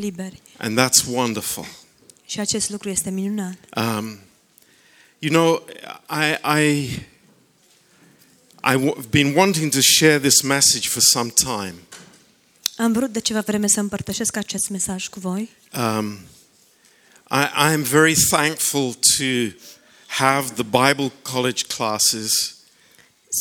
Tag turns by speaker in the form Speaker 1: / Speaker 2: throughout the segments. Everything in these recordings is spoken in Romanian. Speaker 1: liberi.
Speaker 2: And that's wonderful.
Speaker 1: Și acest lucru este minunat.
Speaker 2: Um, you know, I, I, I w- have been wanting to share this message for some time.
Speaker 1: Am vrut de ceva vreme să împărtășesc acest mesaj cu voi.
Speaker 2: Um, I, I'm very thankful to have the Bible college classes,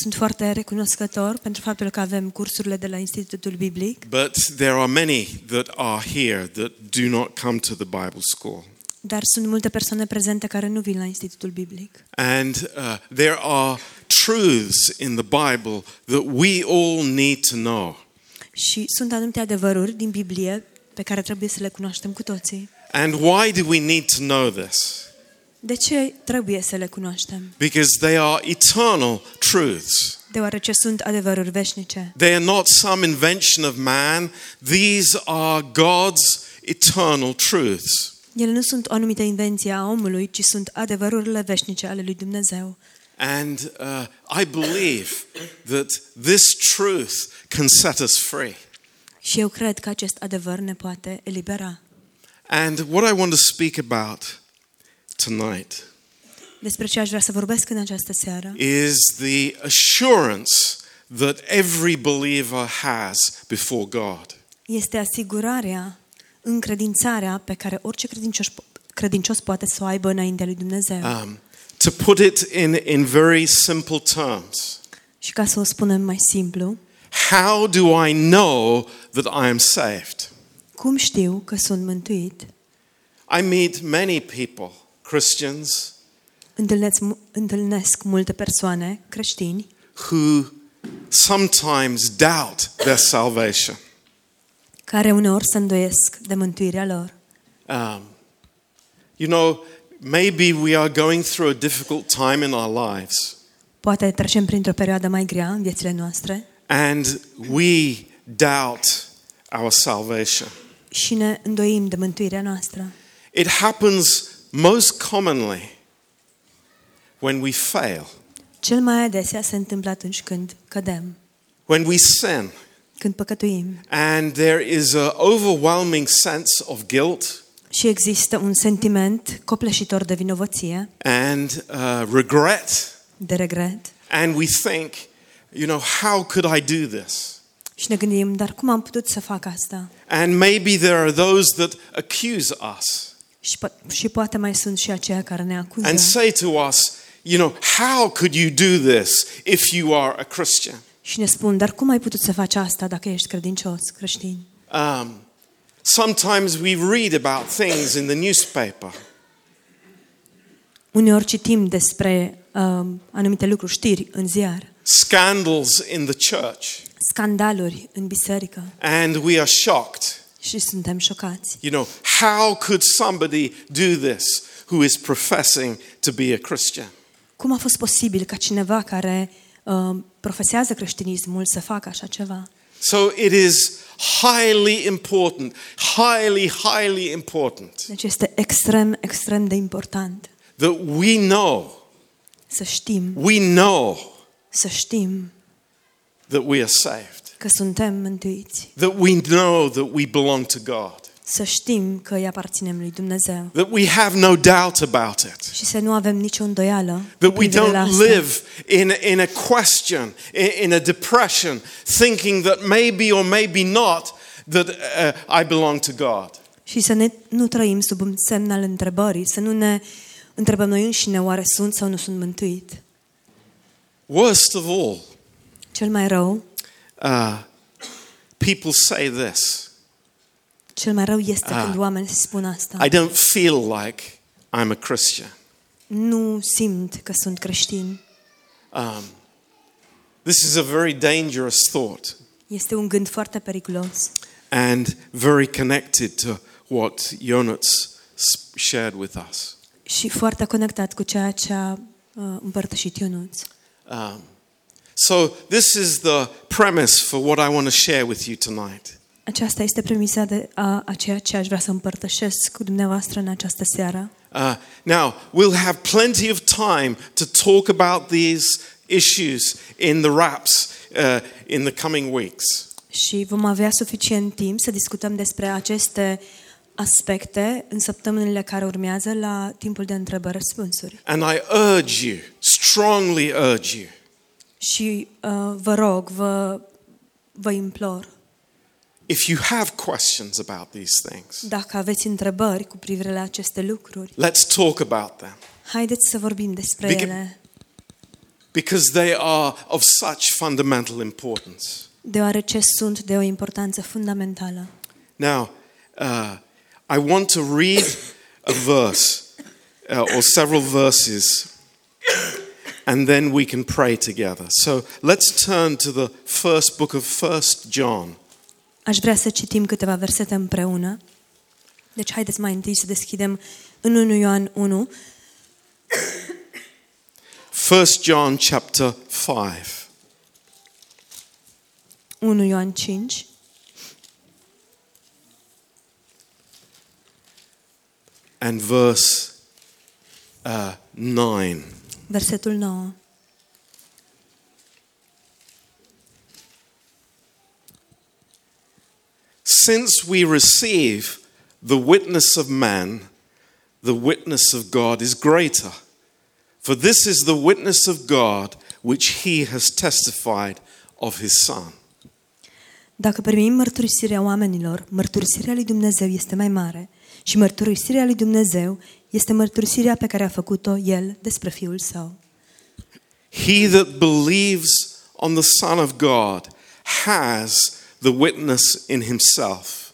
Speaker 1: Sunt foarte recunoscător pentru faptul că avem cursurile de la Institutul Biblic,
Speaker 2: but there are many that are here that do not come to the Bible school.
Speaker 1: dar sunt multe persoane prezente care nu vin la Institutul Biblic.
Speaker 2: And uh, there are truths in the Bible that we all need to know.
Speaker 1: Și sunt anumite adevăruri din Biblie pe care trebuie să le cunoaștem cu toții.
Speaker 2: And why do we need to know this?
Speaker 1: De ce trebuie să le cunoaștem?
Speaker 2: Because they are eternal truths.
Speaker 1: Deoarece sunt adevăruri veșnice.
Speaker 2: They are not some invention of man. These are God's eternal truths.
Speaker 1: Ele nu sunt o anumită invenție a omului, ci sunt adevărurile veșnice ale lui Dumnezeu.
Speaker 2: And uh, I believe that this truth can set us free.
Speaker 1: Și eu cred că acest adevăr ne poate elibera.
Speaker 2: And what I want to speak about tonight
Speaker 1: Despre ce aș vrea să vorbesc în această seară
Speaker 2: is the assurance that every believer has before God.
Speaker 1: este asigurarea, încredințarea pe care orice credincios, credincios poate să o aibă înaintea lui Dumnezeu.
Speaker 2: Um, to put it in, in very simple terms,
Speaker 1: Și ca să o spunem mai simplu,
Speaker 2: How do I know that I am saved?
Speaker 1: cum știu că sunt mântuit?
Speaker 2: I meet many people, Christians,
Speaker 1: Întâlnesc, întâlnesc multe persoane creștini
Speaker 2: who sometimes doubt their salvation.
Speaker 1: care uneori se îndoiesc de mântuirea lor.
Speaker 2: Um, you know, maybe we are going through a difficult time in our lives
Speaker 1: Poate trecem printr-o perioadă mai grea în viețile noastre
Speaker 2: and we doubt our salvation.
Speaker 1: și ne îndoim de mântuirea noastră.
Speaker 2: It happens most commonly when we fail,
Speaker 1: Cel mai adesea se întâmplă atunci când cădem,
Speaker 2: when we sin.
Speaker 1: când păcătuim.
Speaker 2: And there is an overwhelming sense of guilt
Speaker 1: Și există un sentiment copleșitor de vinovăție,
Speaker 2: and uh, regret.
Speaker 1: de regret.
Speaker 2: And we think, you know, how could I do this?
Speaker 1: Și ne gândim, dar cum am putut să fac asta?
Speaker 2: And maybe there are those that accuse us
Speaker 1: Și, po- și poate mai sunt și aceia care ne acuză
Speaker 2: and say to us, you know, how could you do this if you are a Christian?
Speaker 1: și ne spun, dar cum ai putut să faci asta dacă ești credincios, creștin?
Speaker 2: Um, sometimes we read about things in the newspaper
Speaker 1: Uneori citim despre um, anumite lucruri, știri în ziar,
Speaker 2: scandals in the church,
Speaker 1: scandaluri în biserică
Speaker 2: and we are shocked.
Speaker 1: și suntem șocați.
Speaker 2: You know, how could somebody do this who is professing to be a Christian?
Speaker 1: Cum a fost posibil ca cineva care um, profesează creștinismul să facă așa ceva?
Speaker 2: So it is highly important, highly, highly important
Speaker 1: Deci este extrem, extrem de important
Speaker 2: that we know,
Speaker 1: să știm,
Speaker 2: we know
Speaker 1: să știm
Speaker 2: that we are saved,
Speaker 1: că suntem mântuiți,
Speaker 2: that we know that we belong to God,
Speaker 1: să știm că îi aparținem lui Dumnezeu
Speaker 2: that we have no doubt about it,
Speaker 1: și să nu avem nicio îndoială. cu
Speaker 2: that we
Speaker 1: privire la
Speaker 2: don't
Speaker 1: asta.
Speaker 2: live in, in a question, in, in a depression, thinking that maybe or maybe not that uh, I belong to God.
Speaker 1: Și să ne, nu trăim sub un semn al întrebării, să nu ne întrebăm noi înșine oare sunt sau nu sunt mântuit.
Speaker 2: Worst of all,
Speaker 1: Cel mai rău,
Speaker 2: uh, people say this.
Speaker 1: cel mai rău este
Speaker 2: Ah.
Speaker 1: când oamenii spun asta.
Speaker 2: I don't feel like I'm a Christian.
Speaker 1: Nu simt că sunt creștin.
Speaker 2: Um, this is a very dangerous thought
Speaker 1: Este un gând foarte periculos
Speaker 2: and very connected to what Jonas s- shared with us.
Speaker 1: și foarte conectat cu ceea ce a uh, împărtășit Ionuț.
Speaker 2: Um, so, this is the premise for what I want to share with you tonight.
Speaker 1: Aceasta este premisa de a, a ceea ce aș vrea să împărtășesc cu dumneavoastră în această seară.
Speaker 2: Uh, now, we'll have plenty of time to talk about these issues in the wraps uh, in the coming weeks.
Speaker 1: Și vom avea suficient timp să discutăm despre aceste aspecte în săptămânile care urmează la timpul de întrebări-răspunsuri.
Speaker 2: And I urge you, strongly urge you,
Speaker 1: Și uh, vă rog, vă, vă implor,
Speaker 2: if you have questions about these things,
Speaker 1: dacă aveți întrebări cu privire la aceste lucruri,
Speaker 2: let's talk about them
Speaker 1: haideți să vorbim despre
Speaker 2: Big-
Speaker 1: ele,
Speaker 2: because they are of such fundamental importance.
Speaker 1: deoarece sunt de o importanță fundamentală.
Speaker 2: Now, uh, I want to read a verse uh, or several verses, and then we can pray together. So let's turn to the first book of First John.
Speaker 1: Aș vrea să citim câteva versete împreună. Deci haideți mai întâi să deschidem în 1 Ioan 1,
Speaker 2: First John chapter five.
Speaker 1: 1 Ioan 5.
Speaker 2: and verse uh, 9.
Speaker 1: Versetul 9.
Speaker 2: Since we receive the witness of man, the witness of God is greater. For this is the witness of God which he has testified of his Son.
Speaker 1: Dacă primim mărturisirea oamenilor, mărturisirea lui Dumnezeu este mai mare și mărturisirea lui Dumnezeu este mărturisirea pe care a făcut-o El despre Fiul Său.
Speaker 2: He that believes on the Son of God has the witness in himself.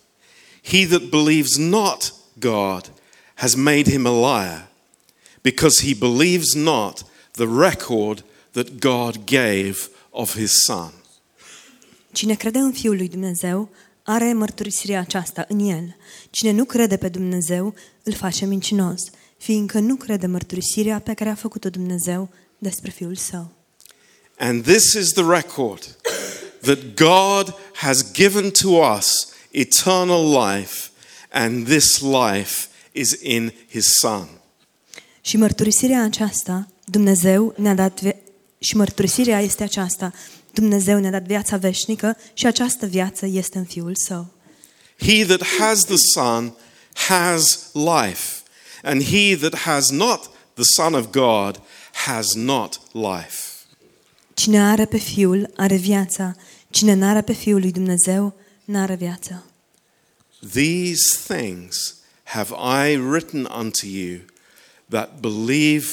Speaker 2: He that believes not God has made him a liar, because he believes not the record that God gave of his Son.
Speaker 1: Cine crede în Fiul lui Dumnezeu are mărturisirea aceasta în El. Cine nu crede pe Dumnezeu îl face mincinos, fiindcă nu crede mărturisirea pe care a făcut-o Dumnezeu despre Fiul Său.
Speaker 2: And this is the record that God has given to us eternal life, and this life is in his Son.
Speaker 1: Și mărturisirea aceasta, Dumnezeu ne-a dat vie- și mărturisirea este aceasta. Dumnezeu ne-a dat viața veșnică și această viață este în Fiul Său.
Speaker 2: He that has the Son has life, and he that has not the Son of God has not life.
Speaker 1: Cine are pe Fiul are viața, cine n-are pe Fiul lui Dumnezeu n-are viața.
Speaker 2: These things have I written unto you that believe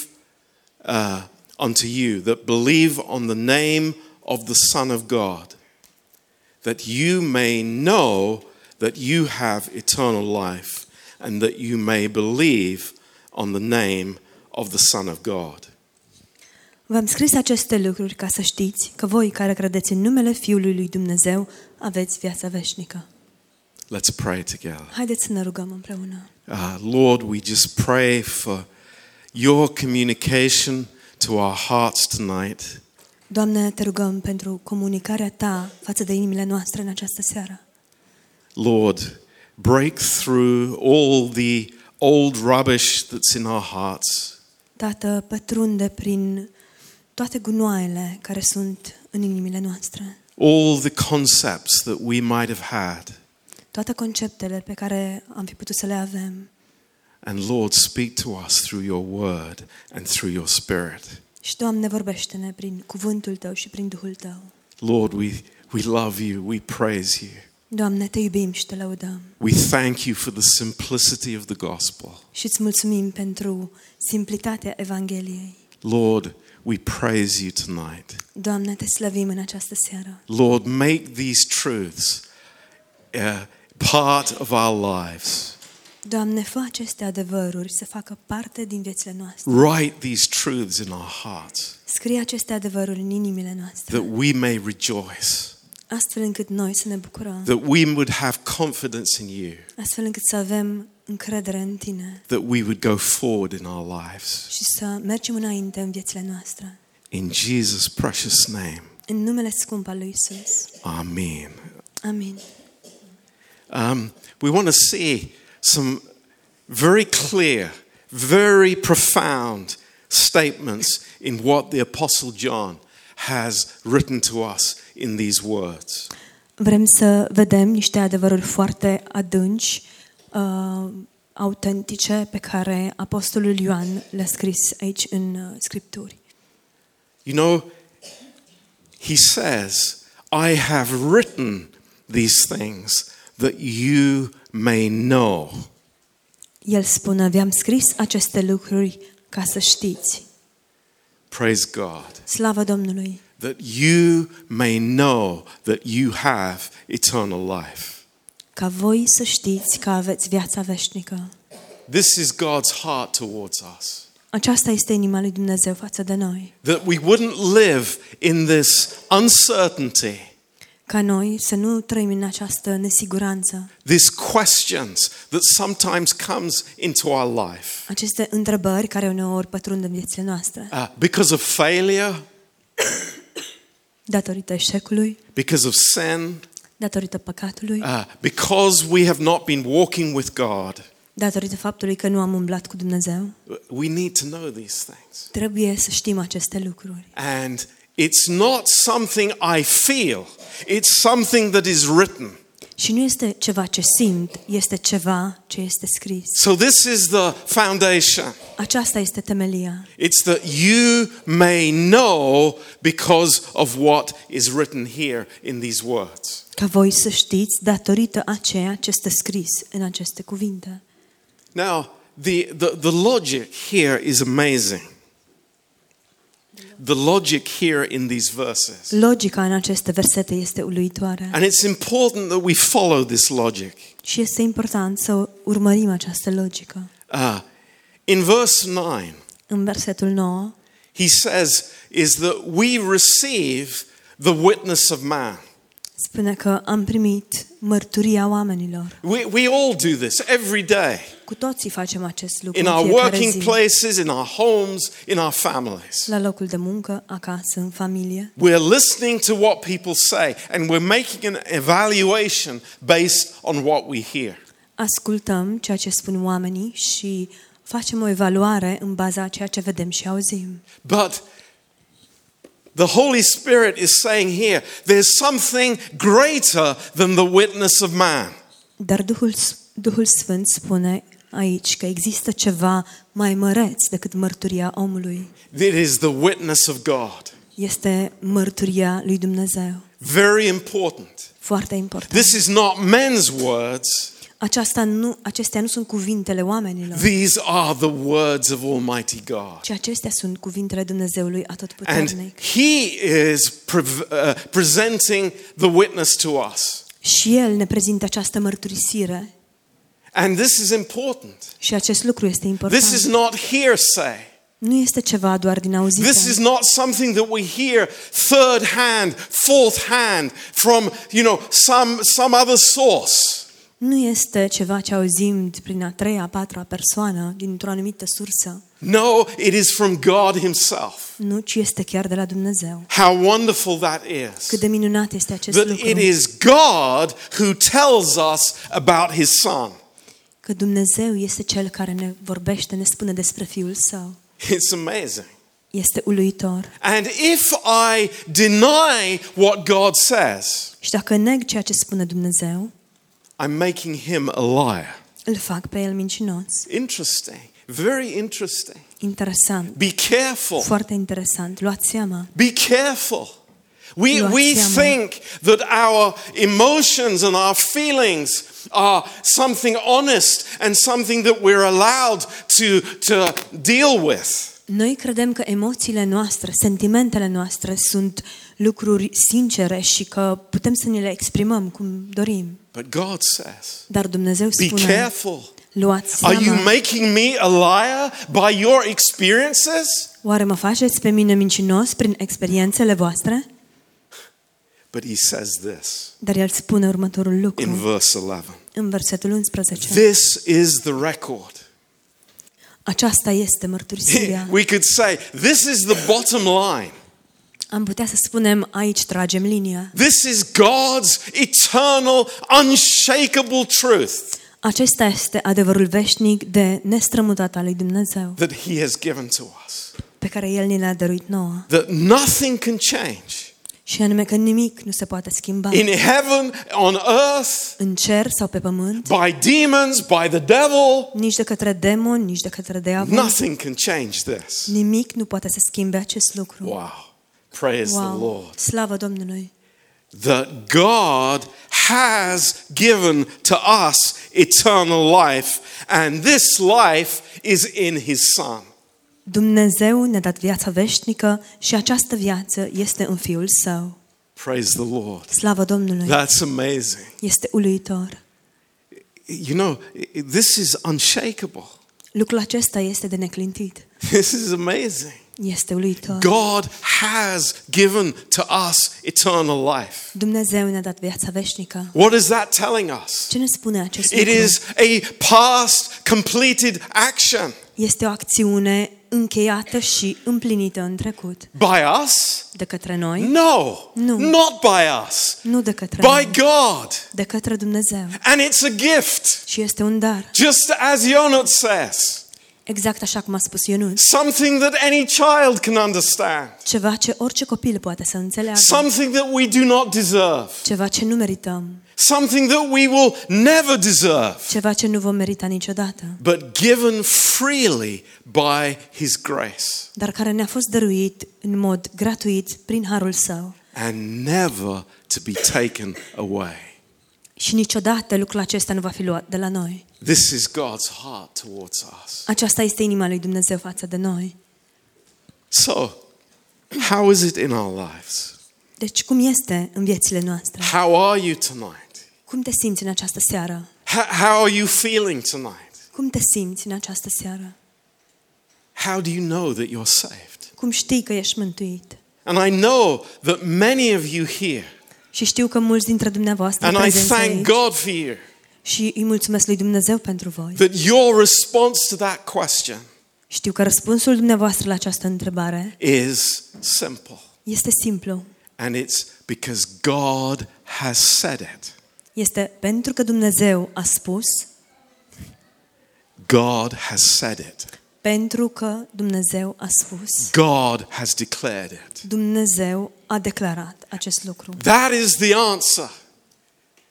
Speaker 2: uh, unto you that believe on the name of the Son of God, that you may know that you have eternal life, and that you may believe on the name of the Son of God.
Speaker 1: V-am scris aceste lucruri ca să știți că voi care credeți în numele Fiului lui Dumnezeu aveți viața veșnică.
Speaker 2: Let's pray together.
Speaker 1: Haideți să ne rugăm împreună.
Speaker 2: Uh, Lord, we just pray for your communication to our hearts tonight.
Speaker 1: Doamne, te rugăm pentru comunicarea Ta față de inimile noastre în această seară.
Speaker 2: Lord, break through all the old rubbish that's in our hearts.
Speaker 1: Tată, pătrunde prin toate gunoaiele care sunt în inimile noastre,
Speaker 2: All the concepts that we might have had.
Speaker 1: toate conceptele pe care am fi putut să le avem
Speaker 2: And Lord, speak to us through your word and through your spirit.
Speaker 1: și, Doamne, vorbește-ne prin cuvântul Tău și prin Duhul Tău.
Speaker 2: Lord, we, we love you. We praise you.
Speaker 1: Doamne, Te iubim și Te lăudăm
Speaker 2: We thank you for the simplicity of the gospel.
Speaker 1: și îți mulțumim pentru simplitatea Evangheliei.
Speaker 2: Lord, we praise you tonight.
Speaker 1: Doamne, Te slăvim în această seară.
Speaker 2: Lord, make these truths uh, part of our lives.
Speaker 1: Doamne, fă aceste adevăruri să facă parte din viețile noastre.
Speaker 2: Write these truths in our hearts
Speaker 1: Scrie aceste adevăruri în inimile noastre,
Speaker 2: that we may rejoice,
Speaker 1: astfel încât noi să ne bucurăm.
Speaker 2: that we would have confidence in you,
Speaker 1: astfel încât să avem încredere în Tine
Speaker 2: that we would go forward in our lives.
Speaker 1: și să mergem înainte în viețile noastre.
Speaker 2: In Jesus' precious name,
Speaker 1: În numele scump al lui Isus.
Speaker 2: Amen.
Speaker 1: Amin.
Speaker 2: Um, we want to see some very clear, very profound statements in what the Apostle John has written to us in these words.
Speaker 1: Vrem să vedem niște adevăruri foarte adânci uh, autentice pe care Apostolul Ioan le-a scris aici în uh, Scripturi.
Speaker 2: You know, he says, I have written these things that you may know.
Speaker 1: El spune, v-am scris aceste lucruri ca să știți.
Speaker 2: Praise God.
Speaker 1: Slavă Domnului!
Speaker 2: That you may know that you have eternal life.
Speaker 1: Ca voi să știți că aveți viața veșnică.
Speaker 2: This is God's heart towards us.
Speaker 1: Aceasta este inima lui Dumnezeu față de noi.
Speaker 2: That we wouldn't live in this uncertainty,
Speaker 1: Ca noi să nu trăim în această nesiguranță,
Speaker 2: these questions that sometimes comes into our life
Speaker 1: aceste întrebări care uneori pătrund în viețile noastre,
Speaker 2: uh, because of failure,
Speaker 1: datorită eșecului,
Speaker 2: because of sin,
Speaker 1: datorită păcatului,
Speaker 2: uh, because we have not been walking with God.
Speaker 1: datorită faptului că nu am umblat cu Dumnezeu.
Speaker 2: We need to know these things.
Speaker 1: Trebuie să știm aceste lucruri.
Speaker 2: And it's not something I feel, it's something that is written.
Speaker 1: Și nu este ceva ce simt, este ceva ce este scris.
Speaker 2: So, this is the foundation.
Speaker 1: Aceasta este temelia.
Speaker 2: It's that you may know because of what is written here in these words.
Speaker 1: Ca voi să știți datorită a ceea ce este scris în aceste cuvinte.
Speaker 2: Now, the, the, the logic here is amazing. The logic here in these verses.
Speaker 1: Logica în aceste versete este uluitoare
Speaker 2: And it's important that we follow this logic.
Speaker 1: și este important să urmărim această logică.
Speaker 2: Uh, in verse 9,
Speaker 1: În versetul 9,
Speaker 2: he says is that we receive the witness of man.
Speaker 1: spune că am primit mărturia oamenilor.
Speaker 2: We, we all do this every day
Speaker 1: Cu toții facem acest lucru
Speaker 2: in
Speaker 1: în
Speaker 2: our
Speaker 1: fiecare
Speaker 2: working
Speaker 1: zi,
Speaker 2: places, in our homes, in our families.
Speaker 1: la locul de muncă, acasă, în familie.
Speaker 2: We're listening to what people say and we're making an evaluation based on what we hear.
Speaker 1: Ascultăm ceea ce spun oamenii și facem o evaluare în baza a ceea ce vedem și auzim.
Speaker 2: But the Holy Spirit is saying here there's something greater than the witness of man.
Speaker 1: Dar Duhul, S- Duhul Sfânt spune aici că există ceva mai măreț decât mărturia omului.
Speaker 2: It is the witness of God.
Speaker 1: Este mărturia lui Dumnezeu.
Speaker 2: Very important.
Speaker 1: Foarte important.
Speaker 2: This is not men's words,
Speaker 1: Aceasta nu, acestea nu sunt cuvintele oamenilor,
Speaker 2: these are the words of Almighty God.
Speaker 1: ci acestea sunt cuvintele Dumnezeului
Speaker 2: And
Speaker 1: atotputernic.
Speaker 2: He is prev- uh, presenting the witness to us.
Speaker 1: Și El ne prezintă această mărturisire
Speaker 2: And this is important.
Speaker 1: și acest lucru este important.
Speaker 2: This is not hearsay.
Speaker 1: Nu este ceva doar din auzite.
Speaker 2: This is not something that we hear third hand, fourth hand from, you know, some some other source.
Speaker 1: Nu este ceva ce auzim prin a treia, a patra persoană, dintr-o anumită sursă.
Speaker 2: No, it is from God himself.
Speaker 1: Nu, ci este chiar de la Dumnezeu.
Speaker 2: How wonderful that is.
Speaker 1: Cât de minunat este acest
Speaker 2: that
Speaker 1: lucru.
Speaker 2: it is God who tells us about his son.
Speaker 1: Că Dumnezeu este Cel care ne vorbește, ne spune despre Fiul Său.
Speaker 2: It's amazing.
Speaker 1: Este uluitor.
Speaker 2: And if I deny what God says,
Speaker 1: Și dacă neg ceea ce spune Dumnezeu,
Speaker 2: I'm making him a liar.
Speaker 1: îl fac pe el mincinos.
Speaker 2: Interesting. Very interesting.
Speaker 1: Interesant.
Speaker 2: Be careful.
Speaker 1: Foarte interesant. Luați seama.
Speaker 2: Be careful. We,
Speaker 1: Luați
Speaker 2: we
Speaker 1: seama.
Speaker 2: think that our emotions and our feelings are something honest and something that we're allowed to, to deal with.
Speaker 1: Noi credem că emoțiile noastre, sentimentele noastre sunt lucruri sincere și că putem să ne le exprimăm cum dorim.
Speaker 2: But God says,
Speaker 1: Dar Dumnezeu
Speaker 2: be
Speaker 1: spune,
Speaker 2: careful.
Speaker 1: luați
Speaker 2: Are you
Speaker 1: seama.
Speaker 2: making me a liar by your experiences?
Speaker 1: Oare mă faceți pe mine mincinos prin experiențele voastre?
Speaker 2: But he says this
Speaker 1: Dar el spune următorul
Speaker 2: in
Speaker 1: lucru
Speaker 2: verse 11
Speaker 1: în versetul 11.
Speaker 2: This is the record.
Speaker 1: Aceasta este mărturisirea.
Speaker 2: We could say, this is the bottom line.
Speaker 1: Am putea să spunem aici tragem linia.
Speaker 2: This is God's eternal, unshakable truth
Speaker 1: Acesta este adevărul veșnic de nestrămutat al lui Dumnezeu,
Speaker 2: that he has given to us.
Speaker 1: pe care El ne l-a dăruit nouă.
Speaker 2: That nothing can change,
Speaker 1: Și anume că nimic nu se poate schimba
Speaker 2: in heaven, on earth,
Speaker 1: în cer sau pe pământ,
Speaker 2: by demons, by the devil.
Speaker 1: nici de către demon, nici de către diavol.
Speaker 2: Nothing can change this.
Speaker 1: Nimic nu poate să schimbe acest lucru.
Speaker 2: Wow. Praise the Lord.
Speaker 1: Slavă Domnului!
Speaker 2: that God has given to us eternal life, and this life is in His Son.
Speaker 1: Dumnezeu ne-a dat viața veșnică și această viață este în Fiul Său.
Speaker 2: Praise the Lord.
Speaker 1: Slavă Domnului!
Speaker 2: That's amazing.
Speaker 1: Este uluitor.
Speaker 2: You know, i- i- this is unshakable.
Speaker 1: Lucrul acesta este de neclintit.
Speaker 2: This is amazing.
Speaker 1: Este uluitor.
Speaker 2: God has given to us eternal life.
Speaker 1: Dumnezeu ne-a dat viața veșnică.
Speaker 2: What is that telling us?
Speaker 1: Ce ne spune acest
Speaker 2: It
Speaker 1: lucru?
Speaker 2: is a past completed action
Speaker 1: Este o acțiune încheiată și împlinită în trecut.
Speaker 2: by us?
Speaker 1: De către noi?
Speaker 2: No,
Speaker 1: No.
Speaker 2: not by us,
Speaker 1: Nu de către
Speaker 2: by
Speaker 1: noi.
Speaker 2: God.
Speaker 1: De către Dumnezeu.
Speaker 2: And it's a gift.
Speaker 1: Și este un dar.
Speaker 2: Just as Yonat says,
Speaker 1: Exact așa cum a spus Ionut.
Speaker 2: something that any child can understand,
Speaker 1: Ceva ce orice copil poate să înțeleagă.
Speaker 2: something that we do not deserve,
Speaker 1: Ceva ce nu merităm.
Speaker 2: something that we will never deserve,
Speaker 1: Ceva ce nu vom merita niciodată.
Speaker 2: but given freely by His grace
Speaker 1: Dar care ne-a fost dăruit în mod gratuit prin harul său.
Speaker 2: and never to be taken away.
Speaker 1: Și niciodată lucrul acesta nu va fi luat de la noi.
Speaker 2: This is God's heart towards us.
Speaker 1: Aceasta este inima lui Dumnezeu față de noi.
Speaker 2: So, how is it in our lives?
Speaker 1: Deci cum este în viețile noastre?
Speaker 2: How are you tonight?
Speaker 1: Cum te simți în această seară?
Speaker 2: H- how are you feeling tonight?
Speaker 1: Cum te simți în această seară?
Speaker 2: How do you know that you're saved?
Speaker 1: Cum știi că ești mântuit?
Speaker 2: And I know that many of you here,
Speaker 1: Și știu că mulți dintre dumneavoastră
Speaker 2: and I
Speaker 1: prezenți
Speaker 2: thank
Speaker 1: aici
Speaker 2: God for you,
Speaker 1: și îi mulțumesc lui Dumnezeu pentru voi.
Speaker 2: that your response to that question
Speaker 1: Știu că răspunsul dumneavoastră la această întrebare
Speaker 2: is simple.
Speaker 1: este simplu.
Speaker 2: And it's because God has said it.
Speaker 1: Este pentru că Dumnezeu a spus,
Speaker 2: God has said it.
Speaker 1: pentru că Dumnezeu a spus,
Speaker 2: God has declared it.
Speaker 1: Dumnezeu a declarat acest lucru.
Speaker 2: That is the answer.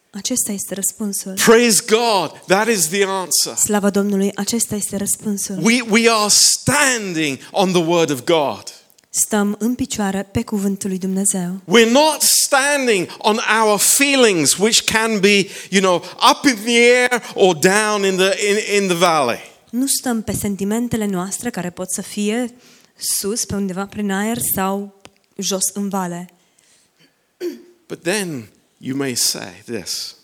Speaker 1: Acesta este răspunsul.
Speaker 2: Praise God. That is the answer.
Speaker 1: Slava Domnului, acesta este răspunsul.
Speaker 2: We, we are standing on the Word of God.
Speaker 1: Stăm în picioare pe cuvântul lui Dumnezeu.
Speaker 2: We're not standing on our feelings, which can be, you know, up in the air or down in the, in, in the valley.
Speaker 1: Nu stăm pe sentimentele noastre care pot să fie sus, pe undeva prin aer sau jos în vale.
Speaker 2: But then you may say this,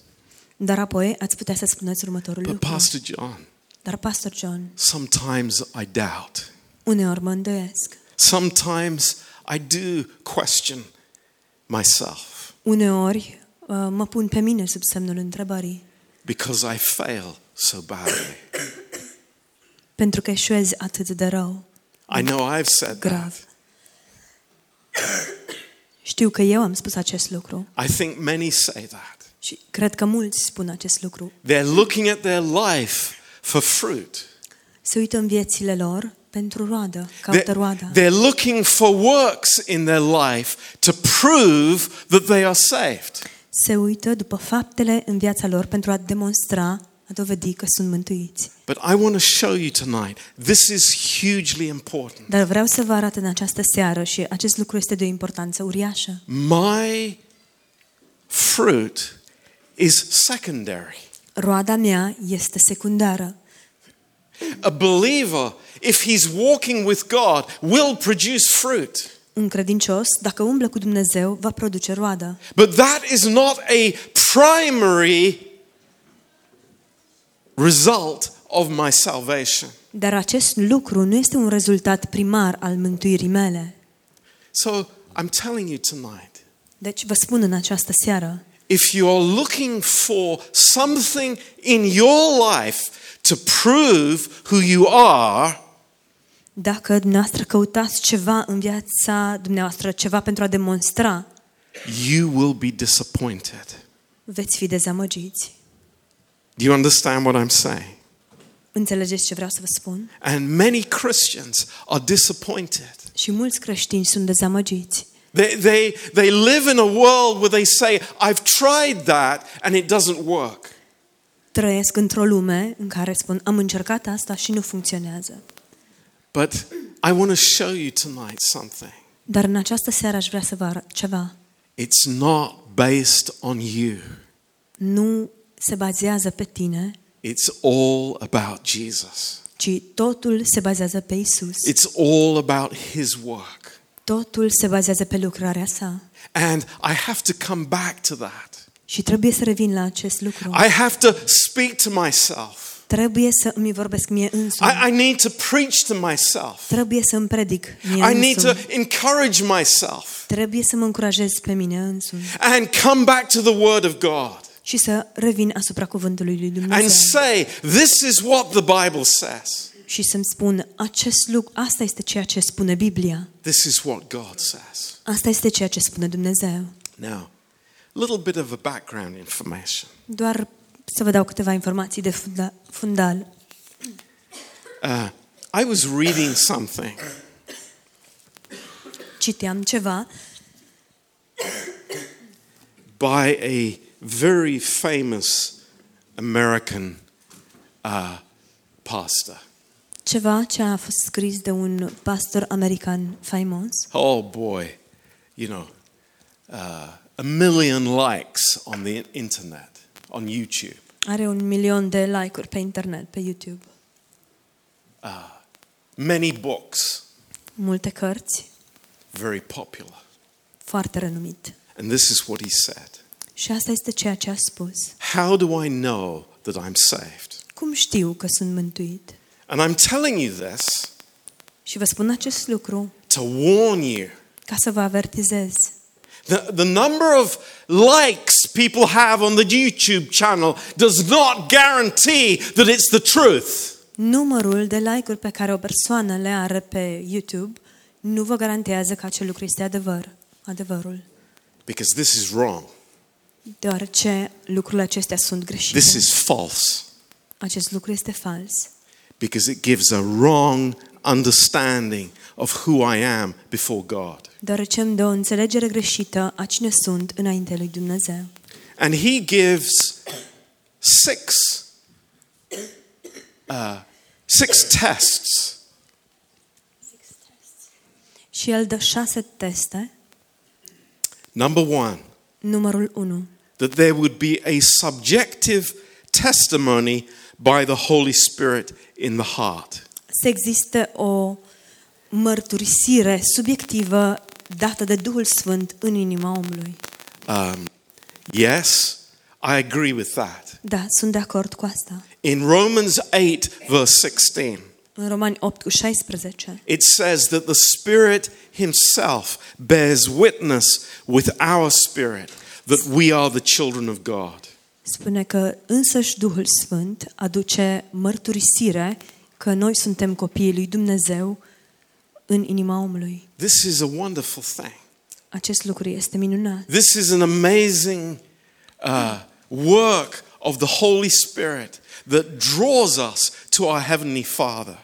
Speaker 1: Dar apoi ați putea să spuneți următorul
Speaker 2: but
Speaker 1: lucru.
Speaker 2: Pastor John,
Speaker 1: Dar, Pastor John,
Speaker 2: sometimes I doubt.
Speaker 1: uneori mă îndoiesc.
Speaker 2: Sometimes I do question myself
Speaker 1: Uneori uh, mă pun pe mine sub semnul întrebării.
Speaker 2: because I fail so badly.
Speaker 1: Pentru că eșuez atât de rău,
Speaker 2: I know I've said that.
Speaker 1: grav. Știu că eu am spus acest lucru
Speaker 2: I think many say that.
Speaker 1: și cred că mulți spun acest lucru.
Speaker 2: They're looking at their life for fruit.
Speaker 1: Se uită în viețile lor pentru roadă, caută
Speaker 2: They're,
Speaker 1: roada.
Speaker 2: they're looking for works in their life to prove that they are saved.
Speaker 1: Se uită după faptele în viața lor pentru a demonstra, a dovedi că sunt mântuiți.
Speaker 2: But I want to show you tonight, this is hugely important.
Speaker 1: Dar vreau să vă arăt în această seară și acest lucru este de o importanță uriașă.
Speaker 2: My fruit is secondary.
Speaker 1: Roada mea este secundară.
Speaker 2: A believer, if he's walking with God, will produce fruit.
Speaker 1: Un credincios, dacă umblă cu Dumnezeu, va produce roadă.
Speaker 2: But that is not a primary result of my salvation.
Speaker 1: Dar acest lucru nu este un rezultat primar al mântuirii mele.
Speaker 2: So I'm telling you tonight.
Speaker 1: Deci vă spun în această seară,
Speaker 2: If you're looking for something in your life to prove who you are,
Speaker 1: dacă dumneavoastră căutați ceva în viața dumneavoastră, ceva pentru a demonstra,
Speaker 2: you will be disappointed.
Speaker 1: veți fi dezamăgiți.
Speaker 2: Do you understand what I'm saying?
Speaker 1: Înțelegeți ce vreau să vă spun?
Speaker 2: And many Christians are disappointed
Speaker 1: Și mulți creștini sunt dezamăgiți
Speaker 2: They, they, they live in a world where they say, I've tried that and it doesn't work.
Speaker 1: Trăiesc într-o lume în care spun am încercat asta și nu funcționează.
Speaker 2: But I want to show you tonight something.
Speaker 1: Dar în această seară aș vrea să vă arăt ceva.
Speaker 2: It's not based on you,
Speaker 1: Nu se bazează pe tine,
Speaker 2: it's all about Jesus.
Speaker 1: ci totul se bazează pe Isus.
Speaker 2: It's all about His work.
Speaker 1: Totul se bazează pe lucrarea sa.
Speaker 2: And I have to come back to that.
Speaker 1: Și trebuie să revin la acest lucru.
Speaker 2: I have to speak to myself.
Speaker 1: Trebuie să îmi vorbesc mie însumi.
Speaker 2: I, I need to preach to myself.
Speaker 1: Trebuie să îmi predic mie
Speaker 2: I need
Speaker 1: însumi.
Speaker 2: to encourage myself
Speaker 1: Trebuie să mă încurajez pe mine însumi
Speaker 2: and come back to the Word of God
Speaker 1: și să revin asupra cuvântului lui Dumnezeu
Speaker 2: and say, This is what the Bible says.
Speaker 1: și să-mi spun acest lucru, asta este ceea ce spune Biblia,
Speaker 2: This is what God says.
Speaker 1: asta este ceea ce spune Dumnezeu.
Speaker 2: Now, a little bit of a background information.
Speaker 1: Doar să vă dau câteva informații de funda- fundal.
Speaker 2: Uh, I was reading something
Speaker 1: Citeam ceva
Speaker 2: by a very famous American uh, pastor.
Speaker 1: Ceva ce a fost scris de un pastor american faimos.
Speaker 2: Oh boy, you know, uh, a million likes on the internet, on YouTube.
Speaker 1: Are un milion de like-uri pe internet, pe YouTube.
Speaker 2: Many books,
Speaker 1: Multe cărți,
Speaker 2: very popular.
Speaker 1: foarte renumit.
Speaker 2: And this is what he said
Speaker 1: Și asta este ceea ce a spus.
Speaker 2: How do I know that I'm saved?
Speaker 1: Cum știu că sunt mântuit?
Speaker 2: And I'm telling you this
Speaker 1: Și vă spun acest lucru
Speaker 2: to warn you.
Speaker 1: ca să vă avertizez.
Speaker 2: The, the number of likes people have on the YouTube channel does not guarantee that it's the truth.
Speaker 1: Numărul de like-uri pe care o persoană le are pe YouTube nu vă garantează că acel lucru este adevăr, adevărul.
Speaker 2: Because this is wrong.
Speaker 1: Deoarece lucrurile acestea sunt greșite.
Speaker 2: This is false.
Speaker 1: Acest lucru este fals.
Speaker 2: because it gives a wrong understanding of who I am before God.
Speaker 1: deoarece îmi dă o înțelegere greșită a cine sunt înaintea lui Dumnezeu.
Speaker 2: And he gives six, uh, six tests
Speaker 1: Și el dă șase teste.
Speaker 2: Number one,
Speaker 1: Numărul 1.
Speaker 2: that there would be a subjective testimony by the Holy Spirit in the heart.
Speaker 1: Să existe o mărturisire subiectivă dată de Duhul Sfânt în inima omului.
Speaker 2: Um, yes, I agree with that.
Speaker 1: Da, sunt de acord cu asta.
Speaker 2: In Romans 8, verse 16,
Speaker 1: În Romani 8 cu 16
Speaker 2: It says that the Spirit Himself bears witness with our spirit that we are the children of God.
Speaker 1: spune că însăși Duhul Sfânt aduce mărturisire că noi suntem copiii lui Dumnezeu în inima omului.
Speaker 2: This is a wonderful thing.
Speaker 1: Acest lucru este minunat.
Speaker 2: This is an amazing uh, work of the Holy Spirit that draws us to our Heavenly Father.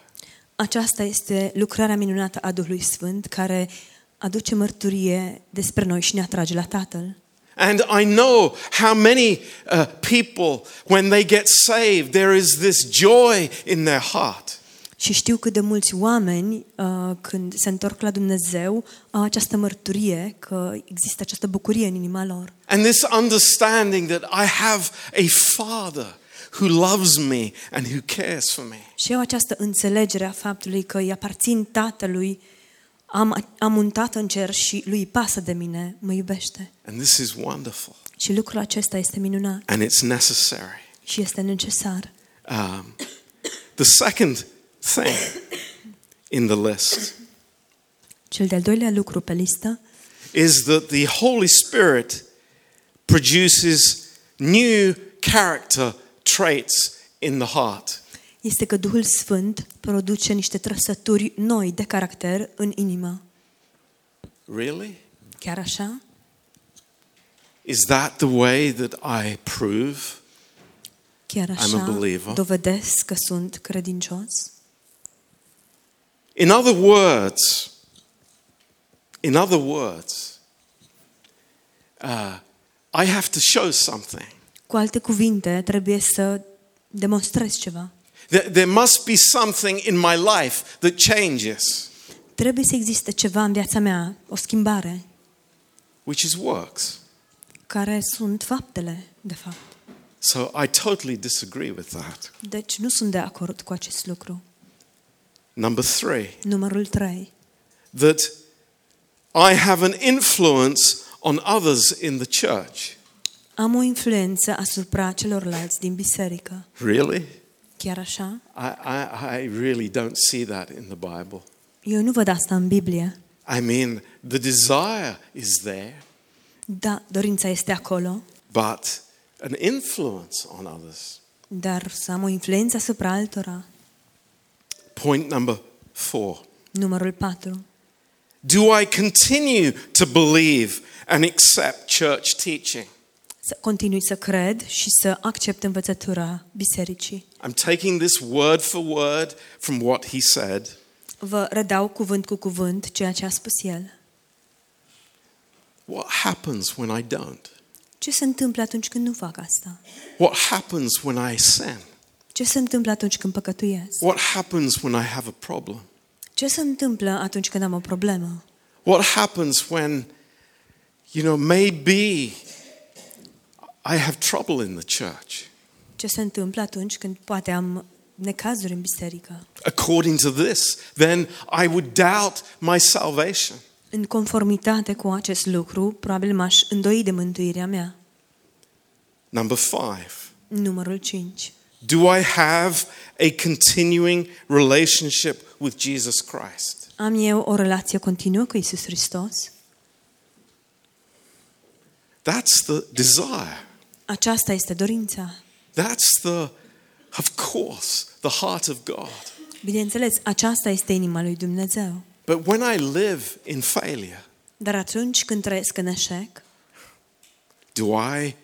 Speaker 1: Aceasta este lucrarea minunată a Duhului Sfânt care aduce mărturie despre noi și ne atrage la Tatăl.
Speaker 2: And I know how many uh, people, when they get saved, there is this joy in their heart.
Speaker 1: Și știu cât de mulți oameni, uh, când se întorc la Dumnezeu, au această mărturie că există această bucurie în inima lor.
Speaker 2: And this understanding that I have a Father who loves me and who cares for me.
Speaker 1: Și eu această înțelegere a faptului că îi aparțin Tatălui, am, am un Tată în cer și lui îi pasă de mine, mă iubește.
Speaker 2: And this is wonderful
Speaker 1: Și lucrul acesta este minunat
Speaker 2: and it's necessary.
Speaker 1: și este necesar.
Speaker 2: Um, the second thing in the list
Speaker 1: Cel de-al doilea lucru pe listă
Speaker 2: is that the Holy Spirit produces new character traits in the heart.
Speaker 1: este că Duhul Sfânt produce niște trăsături noi de caracter în inimă.
Speaker 2: Really?
Speaker 1: Chiar așa?
Speaker 2: Is that the way that I prove
Speaker 1: Chiar
Speaker 2: I'm a
Speaker 1: așa
Speaker 2: believer.
Speaker 1: dovedesc că sunt credincios?
Speaker 2: In other words, in other words, uh, I have to show something.
Speaker 1: Cu alte cuvinte, trebuie să demonstrezi ceva.
Speaker 2: There, there must be something in my life that changes,
Speaker 1: Trebuie să existe ceva în viața mea, o schimbare,
Speaker 2: which is works.
Speaker 1: care sunt faptele, de fapt.
Speaker 2: So I totally disagree with that.
Speaker 1: Deci nu sunt de acord cu acest lucru.
Speaker 2: Number three,
Speaker 1: Numărul 3.
Speaker 2: that I have an influence on others in the church.
Speaker 1: Am o influență asupra celorlalți din biserică.
Speaker 2: Really?
Speaker 1: Chiar așa?
Speaker 2: I, I, I really don't see that in the Bible.
Speaker 1: Eu nu văd asta în Biblie.
Speaker 2: I mean, the desire is there,
Speaker 1: Da, dorința este acolo,
Speaker 2: but an influence on others.
Speaker 1: dar să am o influență asupra altora.
Speaker 2: Point number four.
Speaker 1: Numărul 4.
Speaker 2: Do I continue to believe and accept church teaching?
Speaker 1: Să continui să cred și să accept învățătura bisericii.
Speaker 2: I'm taking this word for word from what he said.
Speaker 1: Vă redau cuvânt cu cuvânt ceea ce a spus el.
Speaker 2: What happens when I don't?
Speaker 1: Ce se întâmplă atunci când nu fac asta?
Speaker 2: What happens when I sin?
Speaker 1: Ce se întâmplă atunci când păcătuiesc?
Speaker 2: What happens when I have a problem?
Speaker 1: Ce se întâmplă atunci când am o problemă?
Speaker 2: What happens when, you know, maybe I have trouble in the church?
Speaker 1: Ce se întâmplă atunci când poate am necazuri în biserică?
Speaker 2: According to this, then I would doubt my salvation.
Speaker 1: În conformitate cu acest lucru, probabil m-aș îndoi de mântuirea mea.
Speaker 2: Number five,
Speaker 1: Numărul 5.
Speaker 2: do I have a continuing relationship with Jesus Christ?
Speaker 1: Am eu o relație continuă cu Isus Hristos?
Speaker 2: That's the desire.
Speaker 1: Aceasta este dorința.
Speaker 2: That's the, of course, the heart of God.
Speaker 1: Bineînțeles, aceasta este inima lui Dumnezeu.
Speaker 2: But when I live in failure,
Speaker 1: Dar atunci când trăiesc în eșec,
Speaker 2: Do I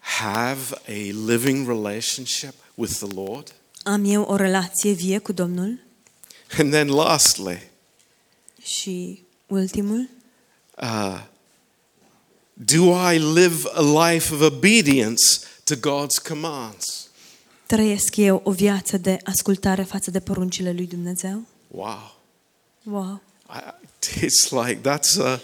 Speaker 2: have a living relationship with the Lord?
Speaker 1: am eu o relație vie cu Domnul?
Speaker 2: And then, lastly,
Speaker 1: Și ultimul,
Speaker 2: uh, do I live a life of obedience to God's commands?
Speaker 1: trăiesc eu o viață de ascultare față de poruncile lui Dumnezeu?
Speaker 2: Wow.
Speaker 1: Wow!
Speaker 2: I, it's like that's a,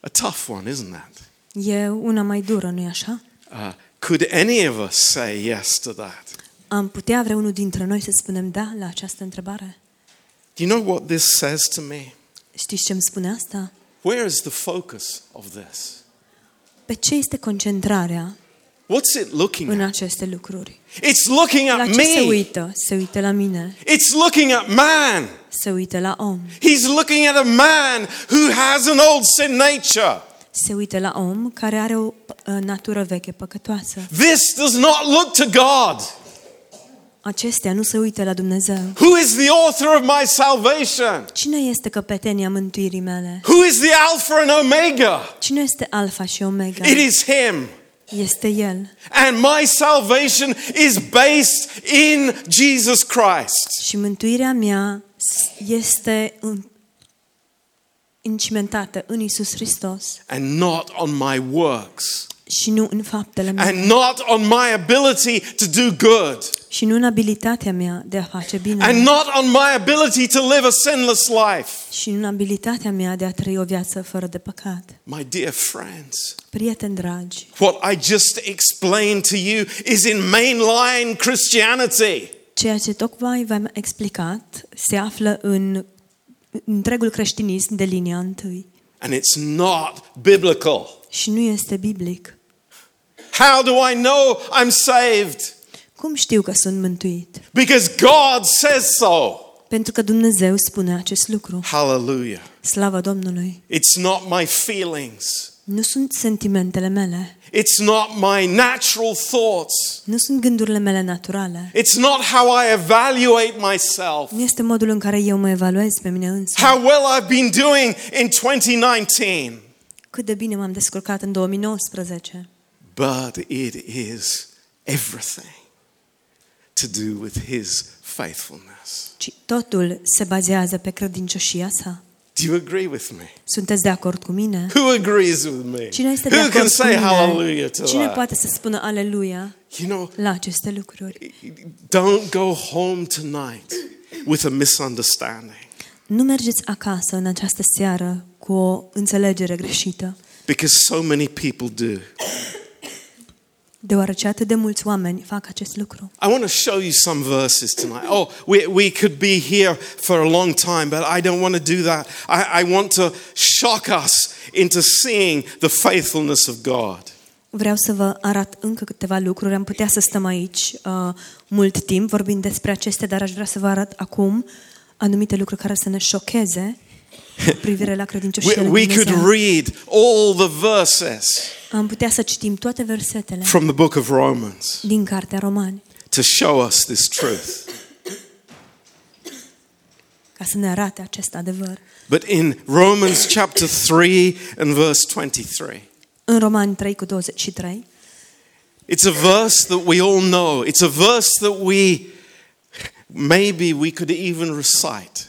Speaker 2: a tough one, isn't it?
Speaker 1: E una mai dură, nu-i așa?
Speaker 2: Uh, could any of us say yes to that?
Speaker 1: Am putea vreunul dintre noi să spunem da la această întrebare?
Speaker 2: Do you know what this says to me?
Speaker 1: Știți ce îmi spune asta?
Speaker 2: Where is the focus of this?
Speaker 1: Pe ce este concentrarea
Speaker 2: What's it looking
Speaker 1: în
Speaker 2: at?
Speaker 1: aceste lucruri?
Speaker 2: It's looking
Speaker 1: La
Speaker 2: at
Speaker 1: ce se
Speaker 2: me.
Speaker 1: uită? Se uită la mine,
Speaker 2: It's looking at man.
Speaker 1: se uită la om.
Speaker 2: He's looking at a man who has an old sin nature.
Speaker 1: se uită la om care are o p- natură veche păcătoasă.
Speaker 2: This does not look to God,
Speaker 1: Acestea nu se uită la Dumnezeu.
Speaker 2: who is the author of my salvation,
Speaker 1: Cine este căpetenia mântuirii mele?
Speaker 2: who is the Alpha and Omega.
Speaker 1: Cine este Alfa și Omega?
Speaker 2: It is Him.
Speaker 1: Este El.
Speaker 2: And my salvation is based in Jesus Christ.
Speaker 1: Și mântuirea mea s- este în- încimentată în Isus Hristos
Speaker 2: And not on my works,
Speaker 1: și nu în faptele mele
Speaker 2: and not on my ability to do good,
Speaker 1: și nu în abilitatea mea de a face bine
Speaker 2: and not on my ability to live a sinless life.
Speaker 1: și nu în abilitatea mea de a trăi o viață fără de păcat.
Speaker 2: My dear friends,
Speaker 1: Prieteni dragi,
Speaker 2: What I just explained to you is in mainline Christianity.
Speaker 1: Ceea ce tocmai v-am explicat se află în întregul creștinism de linia întâi
Speaker 2: And it's not biblical.
Speaker 1: și nu este biblic.
Speaker 2: How do I know I'm saved?
Speaker 1: Cum știu că sunt mântuit?
Speaker 2: Because God says so.
Speaker 1: Pentru că Dumnezeu spune acest lucru.
Speaker 2: Hallelujah.
Speaker 1: Slavă Domnului!
Speaker 2: It's not my feelings,
Speaker 1: Nu sunt sentimentele mele,
Speaker 2: it's not my natural thoughts,
Speaker 1: nu sunt gândurile mele naturale,
Speaker 2: it's not how I evaluate myself,
Speaker 1: nu este modul în care eu mă evaluez pe mine însă.
Speaker 2: how well I've been doing in 2019,
Speaker 1: Cât de bine m-am descurcat în 2019,
Speaker 2: but it is everything to do with His faithfulness.
Speaker 1: ci totul se bazează pe credincioșia sa.
Speaker 2: Do you agree with me?
Speaker 1: Sunteți de acord cu mine?
Speaker 2: Who agrees with me?
Speaker 1: Cine este de
Speaker 2: Who
Speaker 1: acord
Speaker 2: can
Speaker 1: cu
Speaker 2: say
Speaker 1: mine?
Speaker 2: hallelujah to
Speaker 1: Cine
Speaker 2: that?
Speaker 1: poate să spună aleluia
Speaker 2: You know,
Speaker 1: la aceste lucruri?
Speaker 2: don't go home tonight with a misunderstanding
Speaker 1: Nu mergeți acasă în această seară cu o înțelegere greșită,
Speaker 2: because so many people do.
Speaker 1: deoarece atât de mulți oameni fac acest lucru.
Speaker 2: I want to show you some verses tonight. Oh, we, we could be here for a long time, but I don't want to do that. I, I want to shock us into seeing the faithfulness of God.
Speaker 1: Vreau să vă arăt încă câteva lucruri. Am putea să stăm aici uh, mult timp vorbind despre acestea, dar aș vrea să vă arăt acum anumite lucruri care să ne șocheze cu privire la
Speaker 2: We,
Speaker 1: credincioșia lui
Speaker 2: we could
Speaker 1: Dumnezeu.
Speaker 2: read all the verses
Speaker 1: Am putea să citim toate versetele
Speaker 2: from the book of Romans
Speaker 1: din Cartea Romani
Speaker 2: to show us this truth.
Speaker 1: ca să ne arate acest adevăr.
Speaker 2: But in Romans chapter 3 and verse 23,
Speaker 1: În Romani 3 cu 23,
Speaker 2: It's a verse that we all know. It's a verse that we maybe we could even recite.